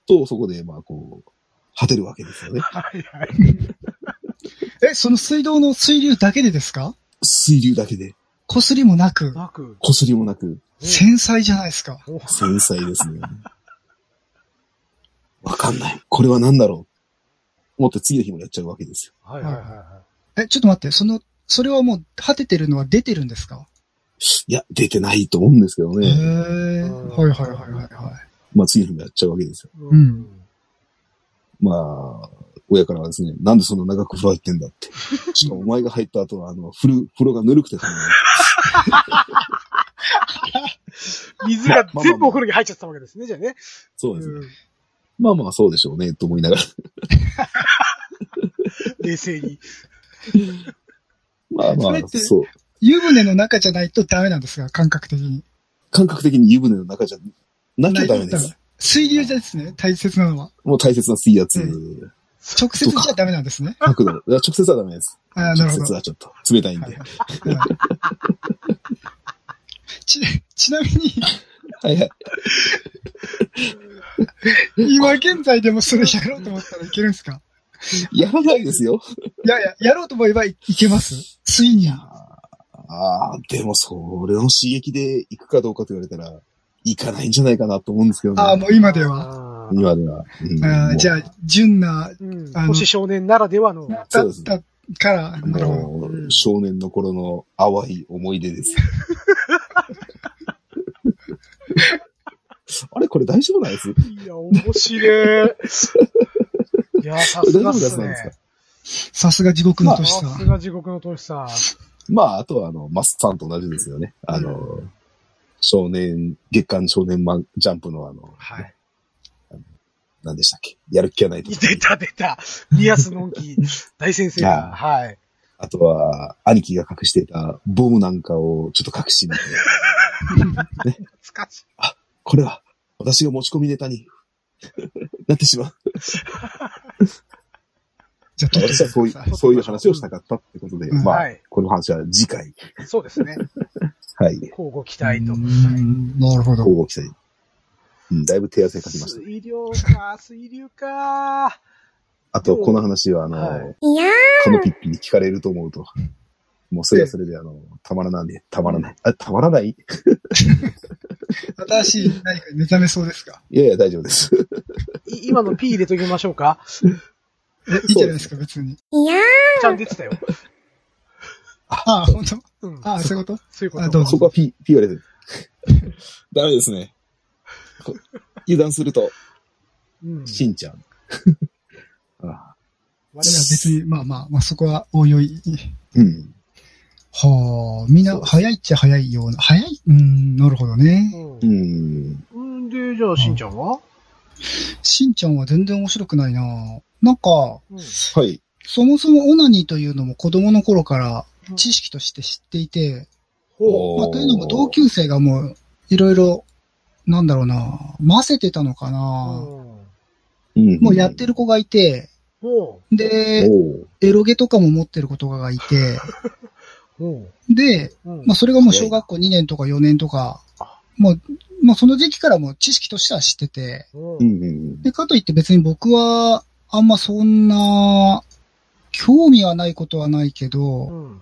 と、そこで、まあ、こう、果てるわけですよね。
はいはい。
え、その水道の水流だけでですか
水流だけで、
こすりもなく、
なく。
こすりもなく、
繊細じゃないですか。
お
繊細ですね。わかんない。これは何だろう思って次の日もやっちゃうわけですよ。
はいはいはいは
え、ちょっと待って、その、それはもう、果ててるのは出てるんですか
いや、出てないと思うんですけど
へえ。
ね。
うん
はいはいはいはいはい。
まあ次の日もやっちゃうわけですよ。
い。
うん
うん。
まあ、親からはですね、なんでそんな長く風呂入ってんだって。しかもお前が入った後は、あの、風呂、風呂がぬるくてたまらない
水が全部お風呂に入っちゃったわけですね、じゃあね。
そうですね。
うん
まあまあ、そうでしょうね、と思いな がら。
冷静に。
まあ
そ
ま
れ
あ
っ、て
そう。
湯船の中じゃないとダメなんですが、感覚的に。
感覚的に湯船の中じゃなきゃダメで
ない
す。
水流ですね、大切なのは。
もう大切な水圧。
う直接じゃダメなんですね。
角 度。いや直接はダメです。
ああ、な
直
るほ
接
ど。
はちょっと冷たいん
はい
で。
はいはいち、 ちなみに、
はいはい。
今現在でもそれやろうと思ったらいけるんですか
やらないですよ。
いやいや、やろうと思えばいいけますついに。
ああ、でもそれの刺激で行くかどうかと言われたら、行かないんじゃないかなと思うんですけどね。
ああ、もう今では。
は
今では。うん
あ
も
あ
う
じゃあ、純な、
うん
あの
星少年ならではの、
だっ
そうです
たから、なるほど。
もう少年の頃の淡い思い出です。 あれこれ大丈夫なんです
いや、面白い。いや、さすがっすね。
さすが地獄の
さ
年さ
す
ん。
が地獄のトシさん。
まあ、あとはあの、マスさんと同じですよね。あの、少年、月刊少年マンジャンプのあの、
はい。
何でしたっけやる気がないとか。
出た出た。宮安のんき、大先生が。はい。
あとは、兄貴が隠していたボムなんかをちょっと隠しに行って。
懐かしい。
これは、私が持ち込みネタに なってしまう。
じゃあ、撮って
私はそうい
くださ
う、そういう話をしたかったってことで、
うん
まあ、
はい
この話は次回。
そうですね。
はい。
交互期待と
う。んなるほど。
交互期待。うん、だいぶ手汗かきました。
水流か、水流か。
あと、この話は、あの、
はい
このピッピに聞かれると思うと。もうそれはそれで、あの、たまらないんで、たまらない。あ、たまらない
新しい何かに目覚めそうですか
いやいや、大丈夫です。
い今の P 入れときましょうか。
えいいじゃないですか、別に。
ちゃんと出てたよ。
ああ、本当
うん。
ああ、そういうこと
そういうこ
あど
と
う。ぞ
そこはピ、ピ言われてる。 ダメですね。こ油断すると、
うん。
しんち ゃん。あ
我
いや
々、
別に、まあまあ、まあそこは、おいおい。
うん。
はあ、みんな、早いっちゃ早いような。早いうん、なるほどね。
うん
うん。
うん。で、じゃあ、しんちゃんは
しんちゃんは全然面白くないななんか、
うん。
はい。
そもそもオナニーというのも子供の頃から
うん
知識として知っていて、
ほう。
まあ、というのも同級生がもう、いろいろ、なんだろうな混ぜてたのかな、
うん
もうやってる子がいて、
ほう。
で、
おう
エロゲとかも持ってる子とかがいて、
ほう。
で、
うん
まあそれがもう小学校2年とか4年とか、もう、まあその時期からもう知識としては知ってて、
うん
うんうん。
で、かといって別に僕は、あんまそんな、興味はないことはないけど、
うん。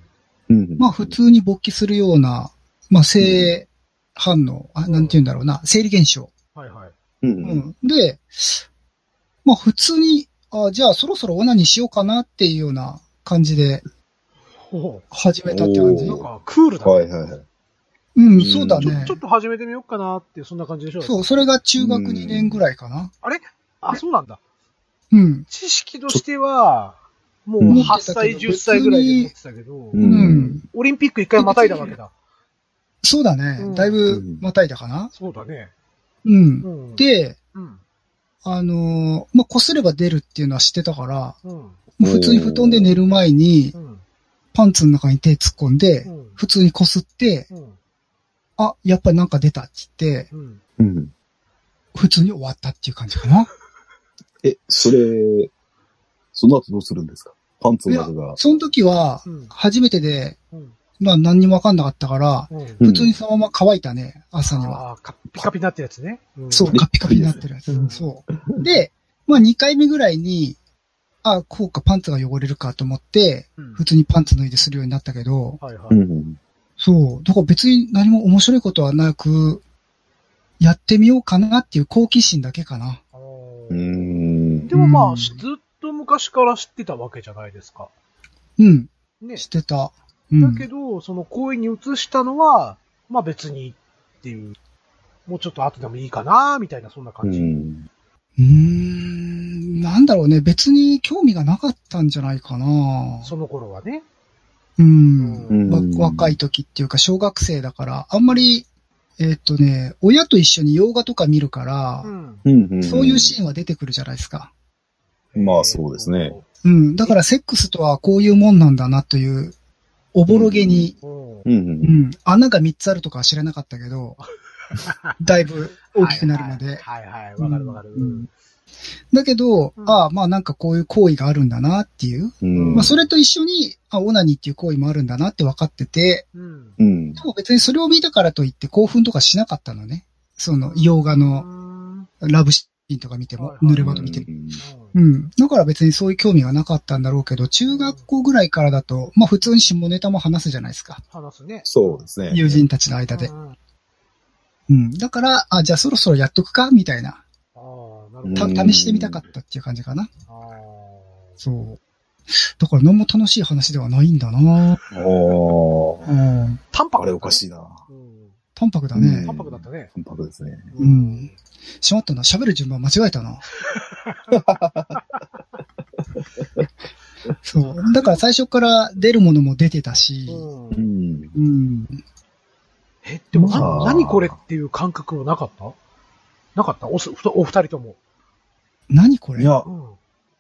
うん
まあ普。通に勃起するような、まあ性反応、あ、なんて言うんだろうな、生理現象。
はいはい。
う。
うんん。で、まあ普通に、あじゃあそろそろオナにしようかなっていうような感じで
ほ
始めたって感
う。
じ
な
お。
んか、クールだね。
はいはいはい。
うん、そうだ
ちょ
ね
ちょ。っと始めてみようかなって、そんな感じでしょ。
そうう、それが中学2年ぐらいかな。
あ、そうなんだ。
うん。
知識としては、もう
うん
8歳、10歳ぐらいで持ってたけど、
う
うんん。
オリンピック一回またいだわけだ。
そうだ
うん
ね。だいぶまたいだかな。
そうだね。
うん
う。ん、
で、
うん。
あのーまあ、擦れば出るっていうのは知ってたから、
うん。
もう普通に布団で寝る前に
う、ん。
パンツの中に手突っ込んで
う、ん。
普通に擦って、
うん。
あ、やっぱりなんか出たって言って、
うん。
うん。
普通に終わったっていう感じかな。
え、それ、その後どうするんですかパンツの中が。
その時は
う、ん。
初めてで、
うん。
まあ何にもわかんなかったから、
うん。
うん
普通にそのまま乾いたね、朝に
あ
は。
あ、カッピカピになってるやつね。うん
そう、カピカピになってるやつ。
うん
そう。で、まあ2回目ぐらいに、あ、こうか、パンツが汚れるかと思って、
うん
普通にパンツ脱いでするようになったけど、
はいは
う
い。
ん。
そう。だから別に何も面白いことはなく、やってみようかなっていう好奇心だけかな。
あの
う
ー
ん
で。もま
う
あ、
ん
ずっと昔から知ってたわけじゃないですか。
うん。
ね。
してた。うん。
だけど、その公園に移したのは、まあ別にっていう、もうちょっと後でもいいかな、みたいなそんな
う
感じ。
ん。
うーん。なんだろうね。別に興味がなかったんじゃないかな。
その頃はね。
うん。
うん
わ若い時っていうか、小学生だから、あんまり、えーっとね、親と一緒に洋画とか見るから
う、ん。
うん
そういうシーンは出てくるじゃないですか。
まあそうですね
うん。だからセックスとはこういうもんなんだなという、おぼろげに
うん。
うんう。
うんん。穴が3つあるとかは知らなかったけど、だいぶ大きくなるまで。
はいはい、はいはいわかるわかる。
うんだけど、
うん
ああ、まあなんかこういう行為があるんだなっていう。
うん。
まあそれと一緒に、あ、オナニーっていう行為もあるんだなって分かってて、
うん。
うん
で。も別にそれを見たからといって興奮とかしなかったのね。その、洋画の
の、
ラブシーンとか見て
は
も
い、はい
濡れ場と見ても。
うん
うん。だから別にそういう興味はなかったんだろうけど、中学校ぐらいからだと、まあ普通に下ネタも話すじゃないですか。
話すね。
そうですね。
友人たちの間で
う。んうん
うん。だから、あ、じゃあそろそろやっとくかみたいな。
ああ、なるほど。
た
うん
試してみたかったっていう感じかな。
あー
そう。だから何も楽しい話ではないんだな
おー
うん。
淡
あ
白
れおかしい
い。
な。
うん
淡白だ
う
ね
ん。
淡白だったね。
淡白ですね。
うん。しまったな。喋る順番間違えたな。 そう。だから最初から出るものも出てたし、
うん
う
う
ん。
ん。
え、でも
ま
な、
あ
何これっていう感覚はなかったなかったおす、ふとお二人とも。
何これ
いや、
う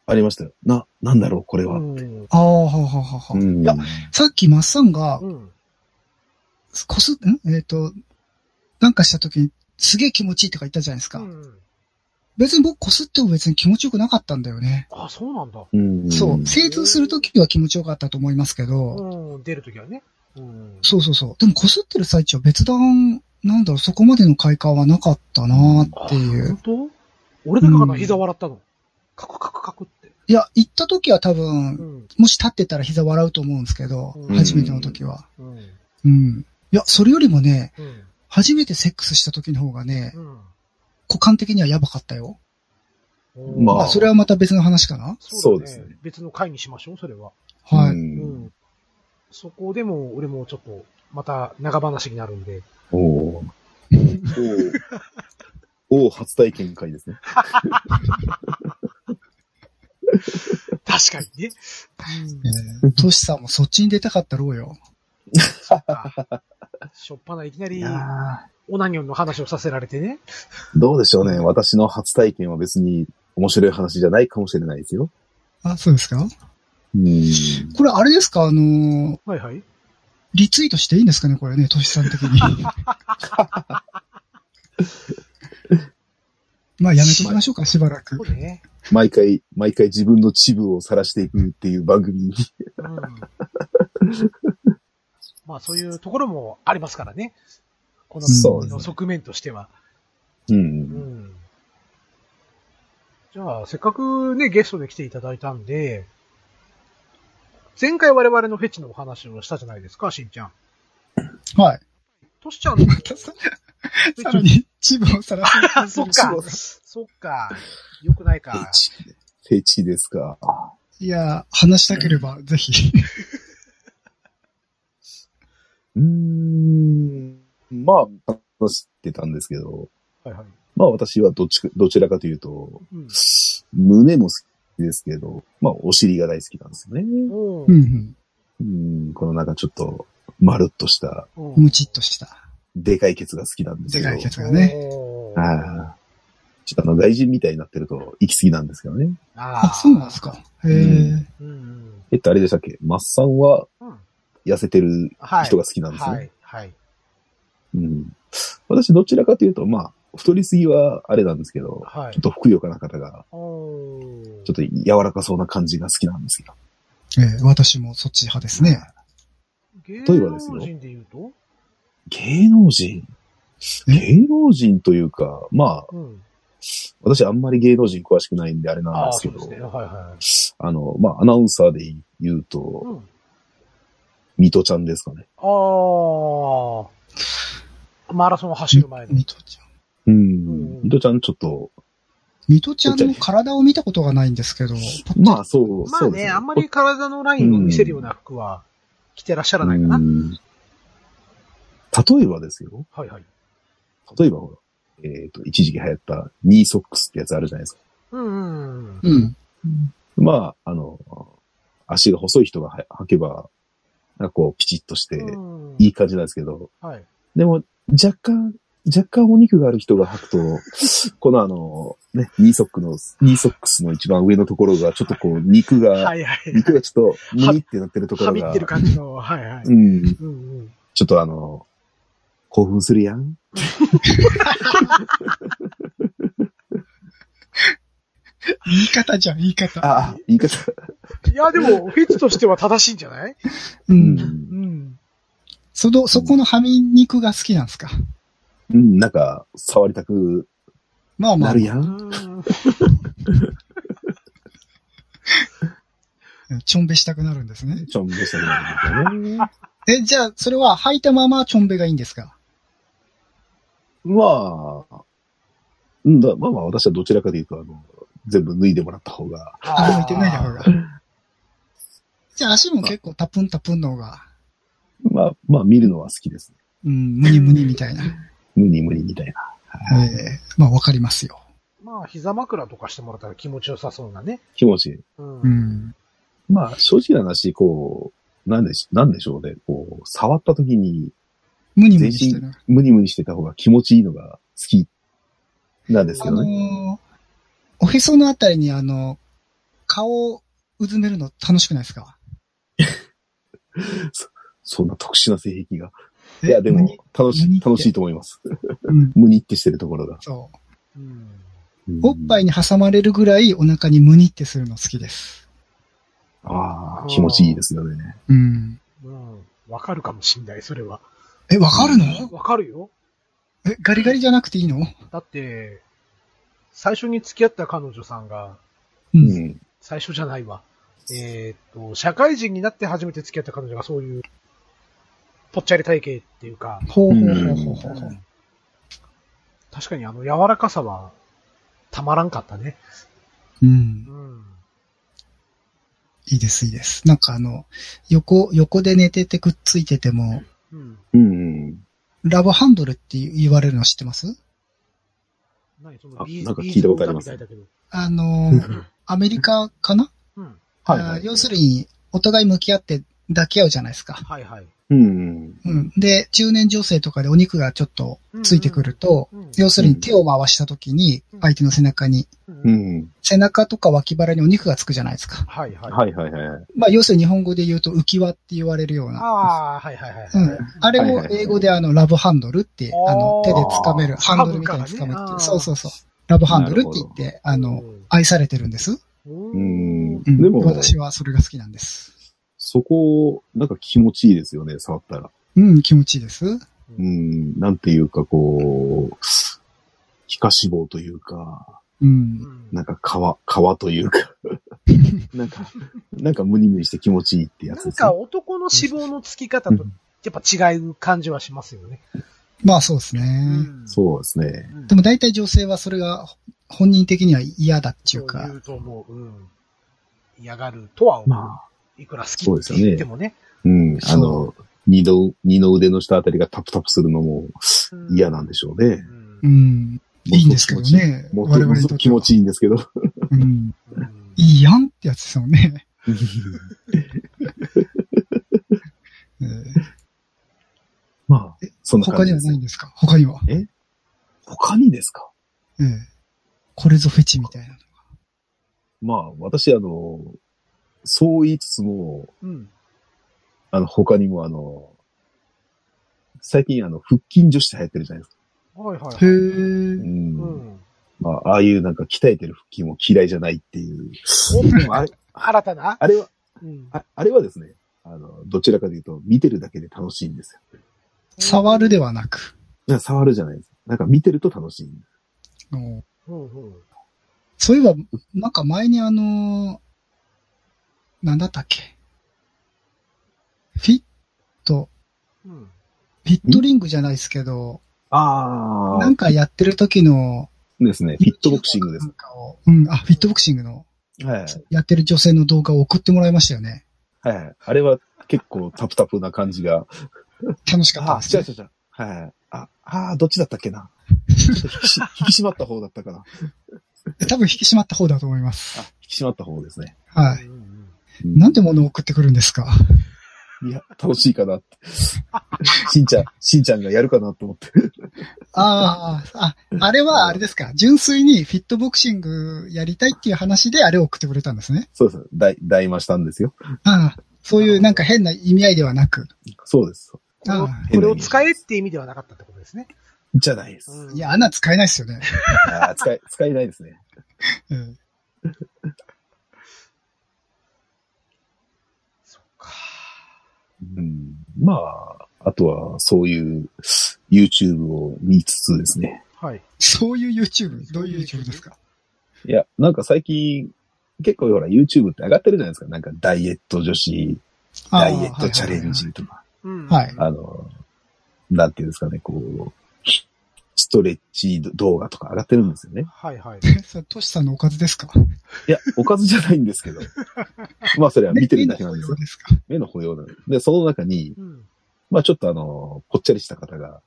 ありましたよ。な、なんだろう、これは。
ん。うん。
ああ、はあはあはあはあ。
ん
いやさっきマッサンが
う、ん。
こす、んえっ、と、なんかした時に、すげえ気持ちいいとか言ったじゃないですか。
うん
別に僕こすっても別に気持ちよくなかったんだよね。
あ、そうなんだ。
うん
そう。精通するときは気持ちよかったと思いますけど、
うん。出るときはね。うん。
そうそうそう。でもこすってる最中は別段、なんだろう、そこまでの快感はなかったなーってい
あ
う。
本当俺だけかな、
うん
膝笑ったの。カクカクカクって。
いや、行った時は多
う
分、
ん。
もし立ってたら膝笑うと思うんですけど、
うん
初めての時は。
うん。
うん。いや、それよりもね、
うん。
初めてセックスした時の方がね、
うん
股間的にはやばかったよ。
うん
まあ
まあ、それはまた別の話かな
そうだ
そうです
ね
ね。
別の回にしましょう、それは。
はい。
う
うんん。そこでも、俺もちょっと、また長話になるんで。
おーおー初体験会ですね。
確かにね。うん
えートシさんもそっちに出たかったろうよ。
そっか。 しょっぱないきなり、オナニョンの話をさせられてね。
どうでしょうね。私の初体験は別に面白い話じゃないかもしれないですよ。
あ、そうですか
うん。
これあれですかあのー
はいはい。
リツイートしていいんですかねこれね、トシさん的に。まあやめときましょうか、しばらく
そう。だね。
毎回、毎回自分のチブを晒していくっていう番組に。
うん。まあ、そういうところもありますからね。この
そうですね
の側面としては。
う。
うんん。じゃあ、せっかくね、ゲストで来ていただいたんで、前回我々のフェチのお話をしたじゃないですか、しんちゃん。
はい。
としちゃんの、
さらに、チブをさらす。
あ、そっか。そっか。よくない
フェ
か。
チ。フェチですか。
いや、話したければ、ぜひ。
うーん。まあ、話してたんですけど、
はいはい。
まあ私はどっちか、どちらかというと、
うん。
胸も好きですけど、まあお尻が大好きなんですよね。
お
う
うん
うん。このなんかちょっと、まるっとした、
お
うん。ムチっとした。
でかいケツが好きなんです
で
けど。
かいケツがね。。
おー
ああ。ちょっとあの、外人みたいになってると、行き過ぎなんですけどね。
あ
あ、そうなんです。か。へえ。
うんうん。
えっと、あれでしたっけマッサンは
うん。
痩せてる
はい。
人が好きなんですね。
はい。はい。
うん。私、どちらかというと、まあ、太りすぎはあれなんですけど、
は
ち
い
ょっ。とふくよかな方が、
おー
ちょっと柔らかそうな感じが好きなんですよ。
えー私もそっち派ですね。
芸
例えばですよ
能人で言うと
芸能人芸能人というか、まあ、
うん。
私あんまり芸能人詳しくないんであれなん
あ
で
あ、
す
そ
け
うです
ど、あ,、
ね。はいはい。
の、まあ、アナウンサーで言うと、
うん。
ミトちゃんですかね。
ああ。マラソンを走る前の。
ミトちゃん。
うん。ミトちゃんちょっと、
ミトちゃんの体を見たことがないんですけど、
まあ、そう、
ま
そ
あ
うです
ね、あんまり体のラインを見せるような服は着てらっしゃらないかな
う。ん例えばですよ。
はいはい。
例えばほら、えっ、と、一時期流行ったニーソックスってやつあるじゃないですか。
うんうんうん。
うん。
まあ、あの、足が細い人がは履けば、なんかこう、ピチッとして、
うん
いい感じなんですけど、
はい。
でも、若干、若干お肉がある人が履くと、このあの、ね、ニーソックの、ニーソックスの一番上のところが、ちょっとこう、肉が、
はいはい。
肉がちょっと、むにってなってるとこ
は
ろ
み
が、
ってる感じの、はいはい。
うん、
うんうん。
ちょっとあの、興奮するやん
言い方じゃん、言い方。。
ああ、言い方。
いや、でも、フェチとしては正しいんじゃないう
うん。
うんん。
その、そこのはみ肉が好きなんですか
うん、なんか、触りたく
まあま
な
あ
る。や。
うんん。
ちょんべしたくなるんですね。
ちょんべしたくなるんですよね。
え、じゃあ、それは履いたままちょんべがいいんですか
まあ、うんだ、まあまあ私はどちらかというと、あの、全部脱いでもらった方が、
あ、
あ
履いてない方が。じゃあ、足も結構タプンタプンの方が、
まあ、まあ見るのは好きですね。
うん、ムニムニみたいな。
無に無にみたいな。
ええまあ、わかりますよ。
まあ、膝枕とかしてもらったら気持ちよさそうなね。
気持ちいい。
うん
う。ん。
まあ正直な話、こう、なんでし、なんでしょうね。こう、触った時に、
ムニム
全
ニして
身
る。、
無に無にしてた方が気持ちいいのが好きなんですけ
あ
どね。
のーおへそのあたりにあの、顔をうずめるの楽しくないですか
そんな特殊な性癖が。
え
いや、で
無
も
に、
楽し
無に
い、
って
楽しいと思います。
うん、
無にってしてるところが。
そう。
うん。
うん
おっぱいに挟まれるぐらいお腹にムニってするの好きです。
ああ、気持ちいいですよね。
うん。
うん。わかるかもしんない、それは。
え、わかるの
わかるよ。
え、ガリガリじゃなくていいの
だって、最初に付き合った彼女さんが、
う。
うんん。
最初じゃないわ。えーっと、社会人になって初めて付き合った彼女がそういう、ぽっちゃり体型っていうか、
ほうほうほうほうほうほう。
確かにあの柔らかさは、たまらんかったね。
うん
う。ん。
いいです、いいです。なんかあの、横、横で寝ててくっついてても、
うん。
うん。
ラブハンドルって言われるの知ってます
何その
あ
ビー
なんか聞いたことあります
ビーズの歌みたいだけど。
あの、アメリカかな、
うん。
はい、
あ
はい。
要するに、お互い向き合って抱き合うじゃないですか。
はいはい。
うん。
うん。で、中年女性とかでお肉がちょっとついてくると、
うん。
要するに手を回した時に
うん、
相手の背中に、
う。
うんん。
背中とか脇腹にお肉がつくじゃないですか。
はいはい。
はい、はい、はい。
まあ、要するに日本語で言うと浮き輪って言われるような。
ああ、はいはいはい。
うん。あれを英語であの、ラブハンドルって、あ
あ
の、
ー
手で掴める、ハンドルみたい
掴
に掴
む
む
からねあ
ってい
ー
う。そうそうそう。ラブハンドルって言って、あの、愛されてるんです。
うん、
うん。
うん。
でも、
私はそれが好きなんです。
そこ、なんか気持ちいいですよね、触ったら。
うん、気持ちいいです。
うん。なんていうか、こう、皮下脂肪というか、
うん。
なんか皮、皮というか、なんか、なんかムニムニして気持ちいいってや
な
つ
ん
ですね
か男の脂肪のつき方とやっぱ違う感じはしますよね。
まあそうです
う
ね。
ん
そうですね。
うん
でも大体女性はそれが本人的には嫌だっていう
そう
か
言、うと思う。うん。嫌がるとは思う。
まあ、
いくら好きって言ってもね。
うん。あ
そ
の、二の、二の腕の下あたりがタプタプするのも
うん
嫌なんでしょうね
う。ん
う。ん。いいんですけどね。
もっ
我
とも
々
っ
に
と
とって
気持ちいいんですけど。
は。うん。
うん
いいやんってやつですもん ね。えー
まあ
え、
そんな
他
感
に
じ
は
です
ないんですか他には。
他にですか
ええ。これぞフェチみたいな。
まあ、私、あの、そう言いつつも、
うん。
あの、他にも、あの、最近、あの、腹筋女子って流行ってるじゃないですか。
はいはいはい。
へ
う。
え。
うんん。
まあ、ああいうなんか鍛えてる腹筋も嫌いじゃないっていう。あれ、
新たな
あれは、
うん。
ああれはですね、あの、どちらかというと、見てるだけで楽しいんですよ。
触るではなく、
なんか触るじゃないですか。なんか見てると楽しい。
うん
うんうん。
そういえば、なんか前にあのーなんだったっけフィット、
うん。
フィットリングじゃないですけど、
あ
なんかやってる時の、
ですね。フィットボクシングで
な
す
ん。かをうん、あ、フィットボクシングの、
はい。
やってる女性の動画を送ってもらいましたよね。
はい。あれは結構タプタプな感じが。
楽しかった
あ
で、す
違う
ね。
違う違う。はい。あ、あー、どっちだったっけな。ちょっと引き引き締まった方だったかな。
多分引き締まった方だと思います。
あ、引き締まった方ですね。
はい。
うんうん
なんで物を送ってくるんですか
いや、楽しいかなって。しんちゃん、しんちゃんがやるかなと思って。
ああ、あ、あれはあれですか。純粋にフィットボクシングやりたいっていう話であれを送ってくれたんですね。
そうです。だい、だいましたんですよ。
ああ、そういうなんか変な意味合いではなく。
そうです。
これを
あ
これを使えって意味ではなかったってことですね。
じゃないです。
うん
いや、あんな使えないですよね。
あー使え、使えないですね。
うん
そっか。
うん、まあ、あとはそういう YouTube を見つつですね。
はい。
そういう YouTube? どういう YouTube ですか
いや、なんか最近、結構ほら YouTube って上がってるじゃないですか。なんかダイエット女子、ダイエットチャレン。ジとか、
うん。
はい
あの、なんていうんですかね、こう、ストレッチ動画とか上がってるんですよね。
はいはい。
あーはいはいはいそれ、トシさんのおかずですか
いや、おかずじゃないんですけど。 まあそれは見てるだけなんですよ。
目の保養か
目の保養なんで。で、その中に、
うん。
まあちょっとあの、ぽっちゃりした方が、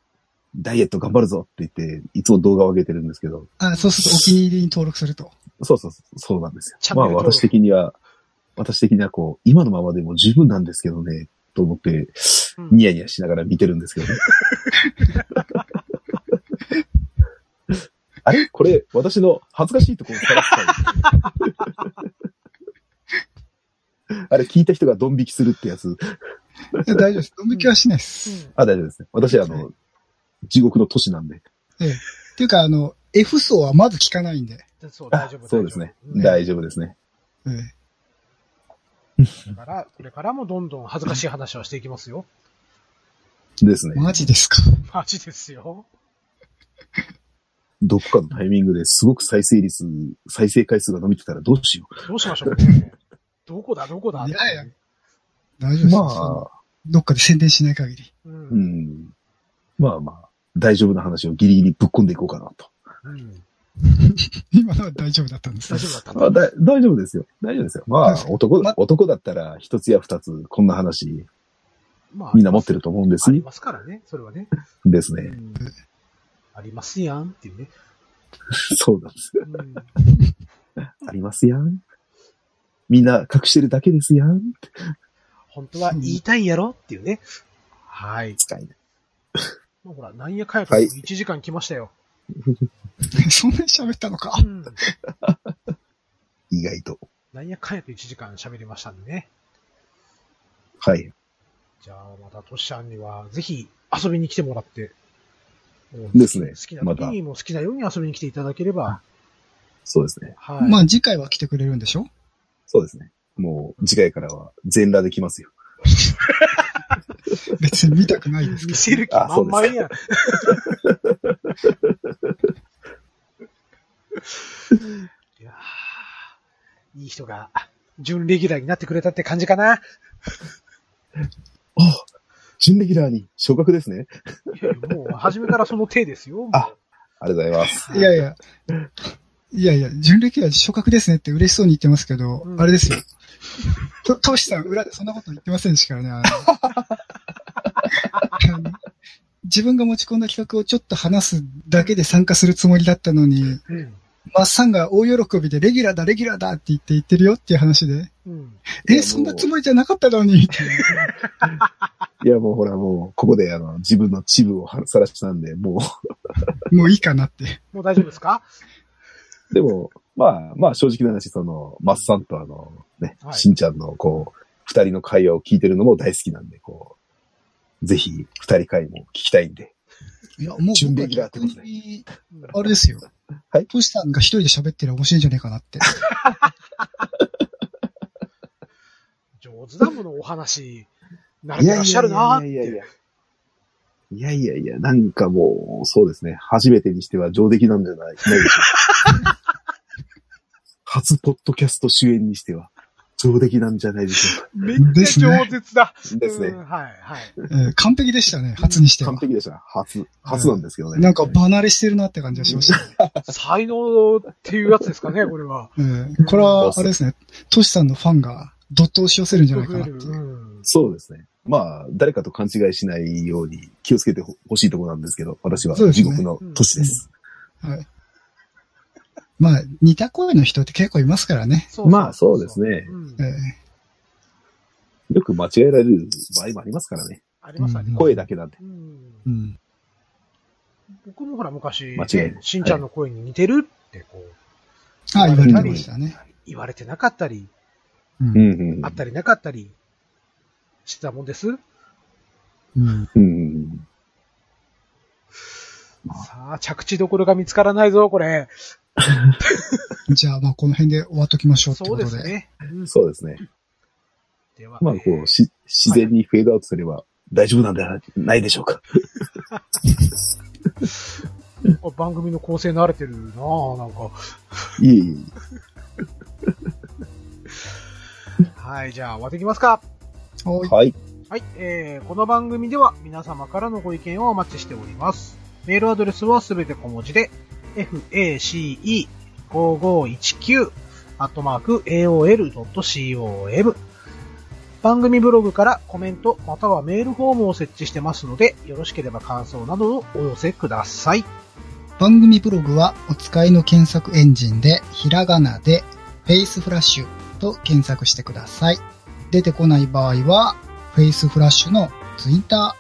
ダイエット頑張るぞって言って、いつも動画を上げてるんですけど、
あ、そうするとお気に入りに登録すると。
そうそうそう、そうなんです
チャ
よ。
ンネ
まあ
ル登録
私的には、私的にはこう、今のままでも十分なんですけどね、と思って、
うん
ニヤニヤしながら見てるんですけどね。 あれこれ、私の恥ずかしい ところを探したい。あれ、聞いた人がドン引きするってやつ。
い や大丈夫です。ドン引きはしないです。っ
あ、大丈夫ですね。私、あの、地獄の都市なんで。
ていうか、あの、F 層はまず聞かないんで。
うん。そう、大
あ
丈夫。
そうですね。
大丈夫
大丈夫ですね。
ええ
うんだから、これからもどんどん恥ずかしい話をしていきますよ。
ですね。
マジですか。
マジですよ。
どこかのタイミングですごく再生率、再生回数が伸びてたらどうしよ
どうしま しょうね。どこだ、どこだ。
いやいや
って
大丈夫
う。
です。
まあ、
どっかで宣伝しない限り。
う。
うんん。まあまあ、大丈夫な話をギリギリぶっ込んでいこうかなと。
うん
今のは大丈夫だったんです
大丈夫だった
まあ、だ大丈夫ですよ。大丈夫ですよ。まあ
は、い
男だ
ま、
男だったら一つや二つ、こんな話、
まあ
みんな持ってると思うんです
ありますからね、それはね。
です
う
ね。
んありますやんって いうね。
そうなんです。
うん
ありますやん。みんな隠してるだけですやん。
本当は言いたいんやろっていうね。はい。
使い
もうほら、なんやかんやと
はい
1時間来ましたよ。
そんなに喋ったのか。
うん
意外と。
なんやかんやと1時間喋りましたんでね。
はい。
じゃあ、またトシちゃんには、ぜひ遊びに来てもらって。もう
ですね
好きな時にも好きなように遊びに来ていただければ。
そうですね。
はい。
まあ次回は来てくれるんでしょ
そうですね。もう、次回からは全裸できますよ。
別に見たくないですけ
見せる気満々 やん。いやーいい人が、準レギュラーになってくれたって感じかな。
あ準レギュラーに昇格ですね。
いやいやもう、初めからその手ですよ。もう
あありがとうございま す。
ど。いやいや。いやいや、純烈は昇格ですねって嬉しそうに言ってますけど、
うん
あれですよ。と、トシさん裏でそんなこと言ってませんでしたからねあ のあの。自分が持ち込んだ企画をちょっと話すだけで参加するつもりだったのに、
うん。
マッサンが大喜びでレギュラーだ、レギュラーだって言って言ってるよっていう話で、
うん。
いや
え、そんなつもりじゃなかったのに。
いや、もうほら、もう、ここで、あの、自分のチブをさらしたんで、も
もういいかなって。
もう大丈夫ですか
う、 でも、まあ、まあ、正直な話、その、マッサンとあの、ね、
はい
しんちゃんの、こう、二人の会話を聞いてるのも大好きなんで、こう、ぜひ、二人会も聞きたいんで。
いや、もう
準
僕
レ
は
ギュラーって
逆
ことね
に、
うん
あれですよ。
はい
トシさんが一人で喋ってりゃ面白いんじゃねえかなって。
上手だもの、お話。慣れてらっしゃるなーって。
や。いやいやいや、なんかもう、そうですね。初めてにしては上出来なんじゃないないでしょうか 初ポッドキャスト主演にしては、上出来なんじゃないでしょうか。
めっちゃ上舌だ。
ですね
うん。はい、はい。
えー完璧でしたね、初にしては
完。璧でした。初、初なんですけどね。
なんか離れしてるなって感じがしました。
才能っていうやつですか ね、これは。
えーこれは、あれですね、トシさんのファンがどっと押し寄せるんじゃないかなっていう。
うん
そうですね。まあ、誰かと勘違いしないように気をつけてほほしいところなんですけど、私は
そうです
地
ね
獄の都市です。
はい。まあ、似た声の人って結構いますからね。
そそ
まあそうですね
うん
えー
よく間違えられる場合もありますからね。
あります、あります。
声だけなんで。
うん
うん。
僕もほら昔、
間違いない
しんちゃんの声に似てるってこう、
あ、言われてましたね。
言われてなかったり、
う。
うんんうん
あったりなかったりしてたもんです。
うん。
うんうん。
さあ、着地どころが見つからないぞ、これ。
じゃあ、まあ、この辺で終わっときましょうって
そ
こ
う
と
で
で。
すね。うん
そうですね。
では、
まあ、こう、し、自然にフェードアウトすれば大丈夫なんではないでしょうか。
あ番組の構成慣れてるなぁ、なんか。
いえいえい
はい、じゃあ終わっていきますか。
は
え。
い
はい。
はい、えー、この番組では皆様からのご意見をお待ちしております。メールアドレスはすべて小文字で、face5519 アットマーク aol.com 番組ブログからコメントまたはメールフォームを設置してますので、よろしければ感想などをお寄せください。
番組ブログはお使いの検索エンジンでひらがなでフェイスフラッシュと検索してください。出てこない場合はフェイスフラッシュのツイッタ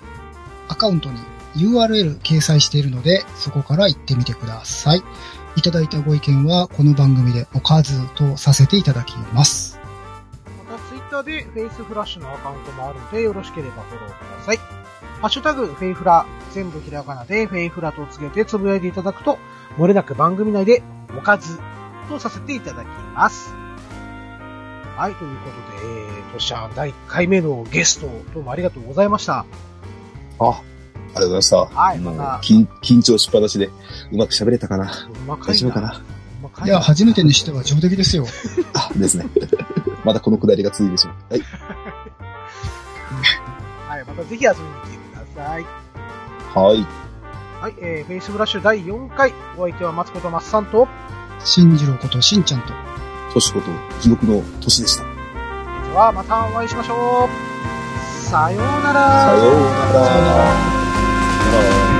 ーアカウントに URL 掲載しているのでそこから行ってみてください。いただいたご意見はこの番組でおかずとさせていただきます。
またツイッターでフェイスフラッシュのアカウントもあるのでよろしければフォローください。ハッシュタグ、フェイフラ、全部ひらがなでフェイフラとつけてつぶやいていただくと、漏れなく番組内でおかずとさせていただきます。はい、ということで、えー、としゃん第1回目のゲスト、どうもありがとうございました。
あ、ありがとうございました。
はい
もう
また
緊緊張しっぱなしで、うまく喋れたかな
うまか
大
い
丈夫
な。
かな
うまかい
い
な
や、初めてにしては上出来ですよ。
あ、ですね。 またこのくだりが続いてしまう。はい。
はい、またぜひ遊びに来てください。
はい。
はい、えー、フェイスフラッシュ第4回、お相手は松本松さんと、
新次郎ことしんちゃんと。
としこと地獄の年でした。
ではまたお会いしましょう。さようなら。
um さようなら。さような ら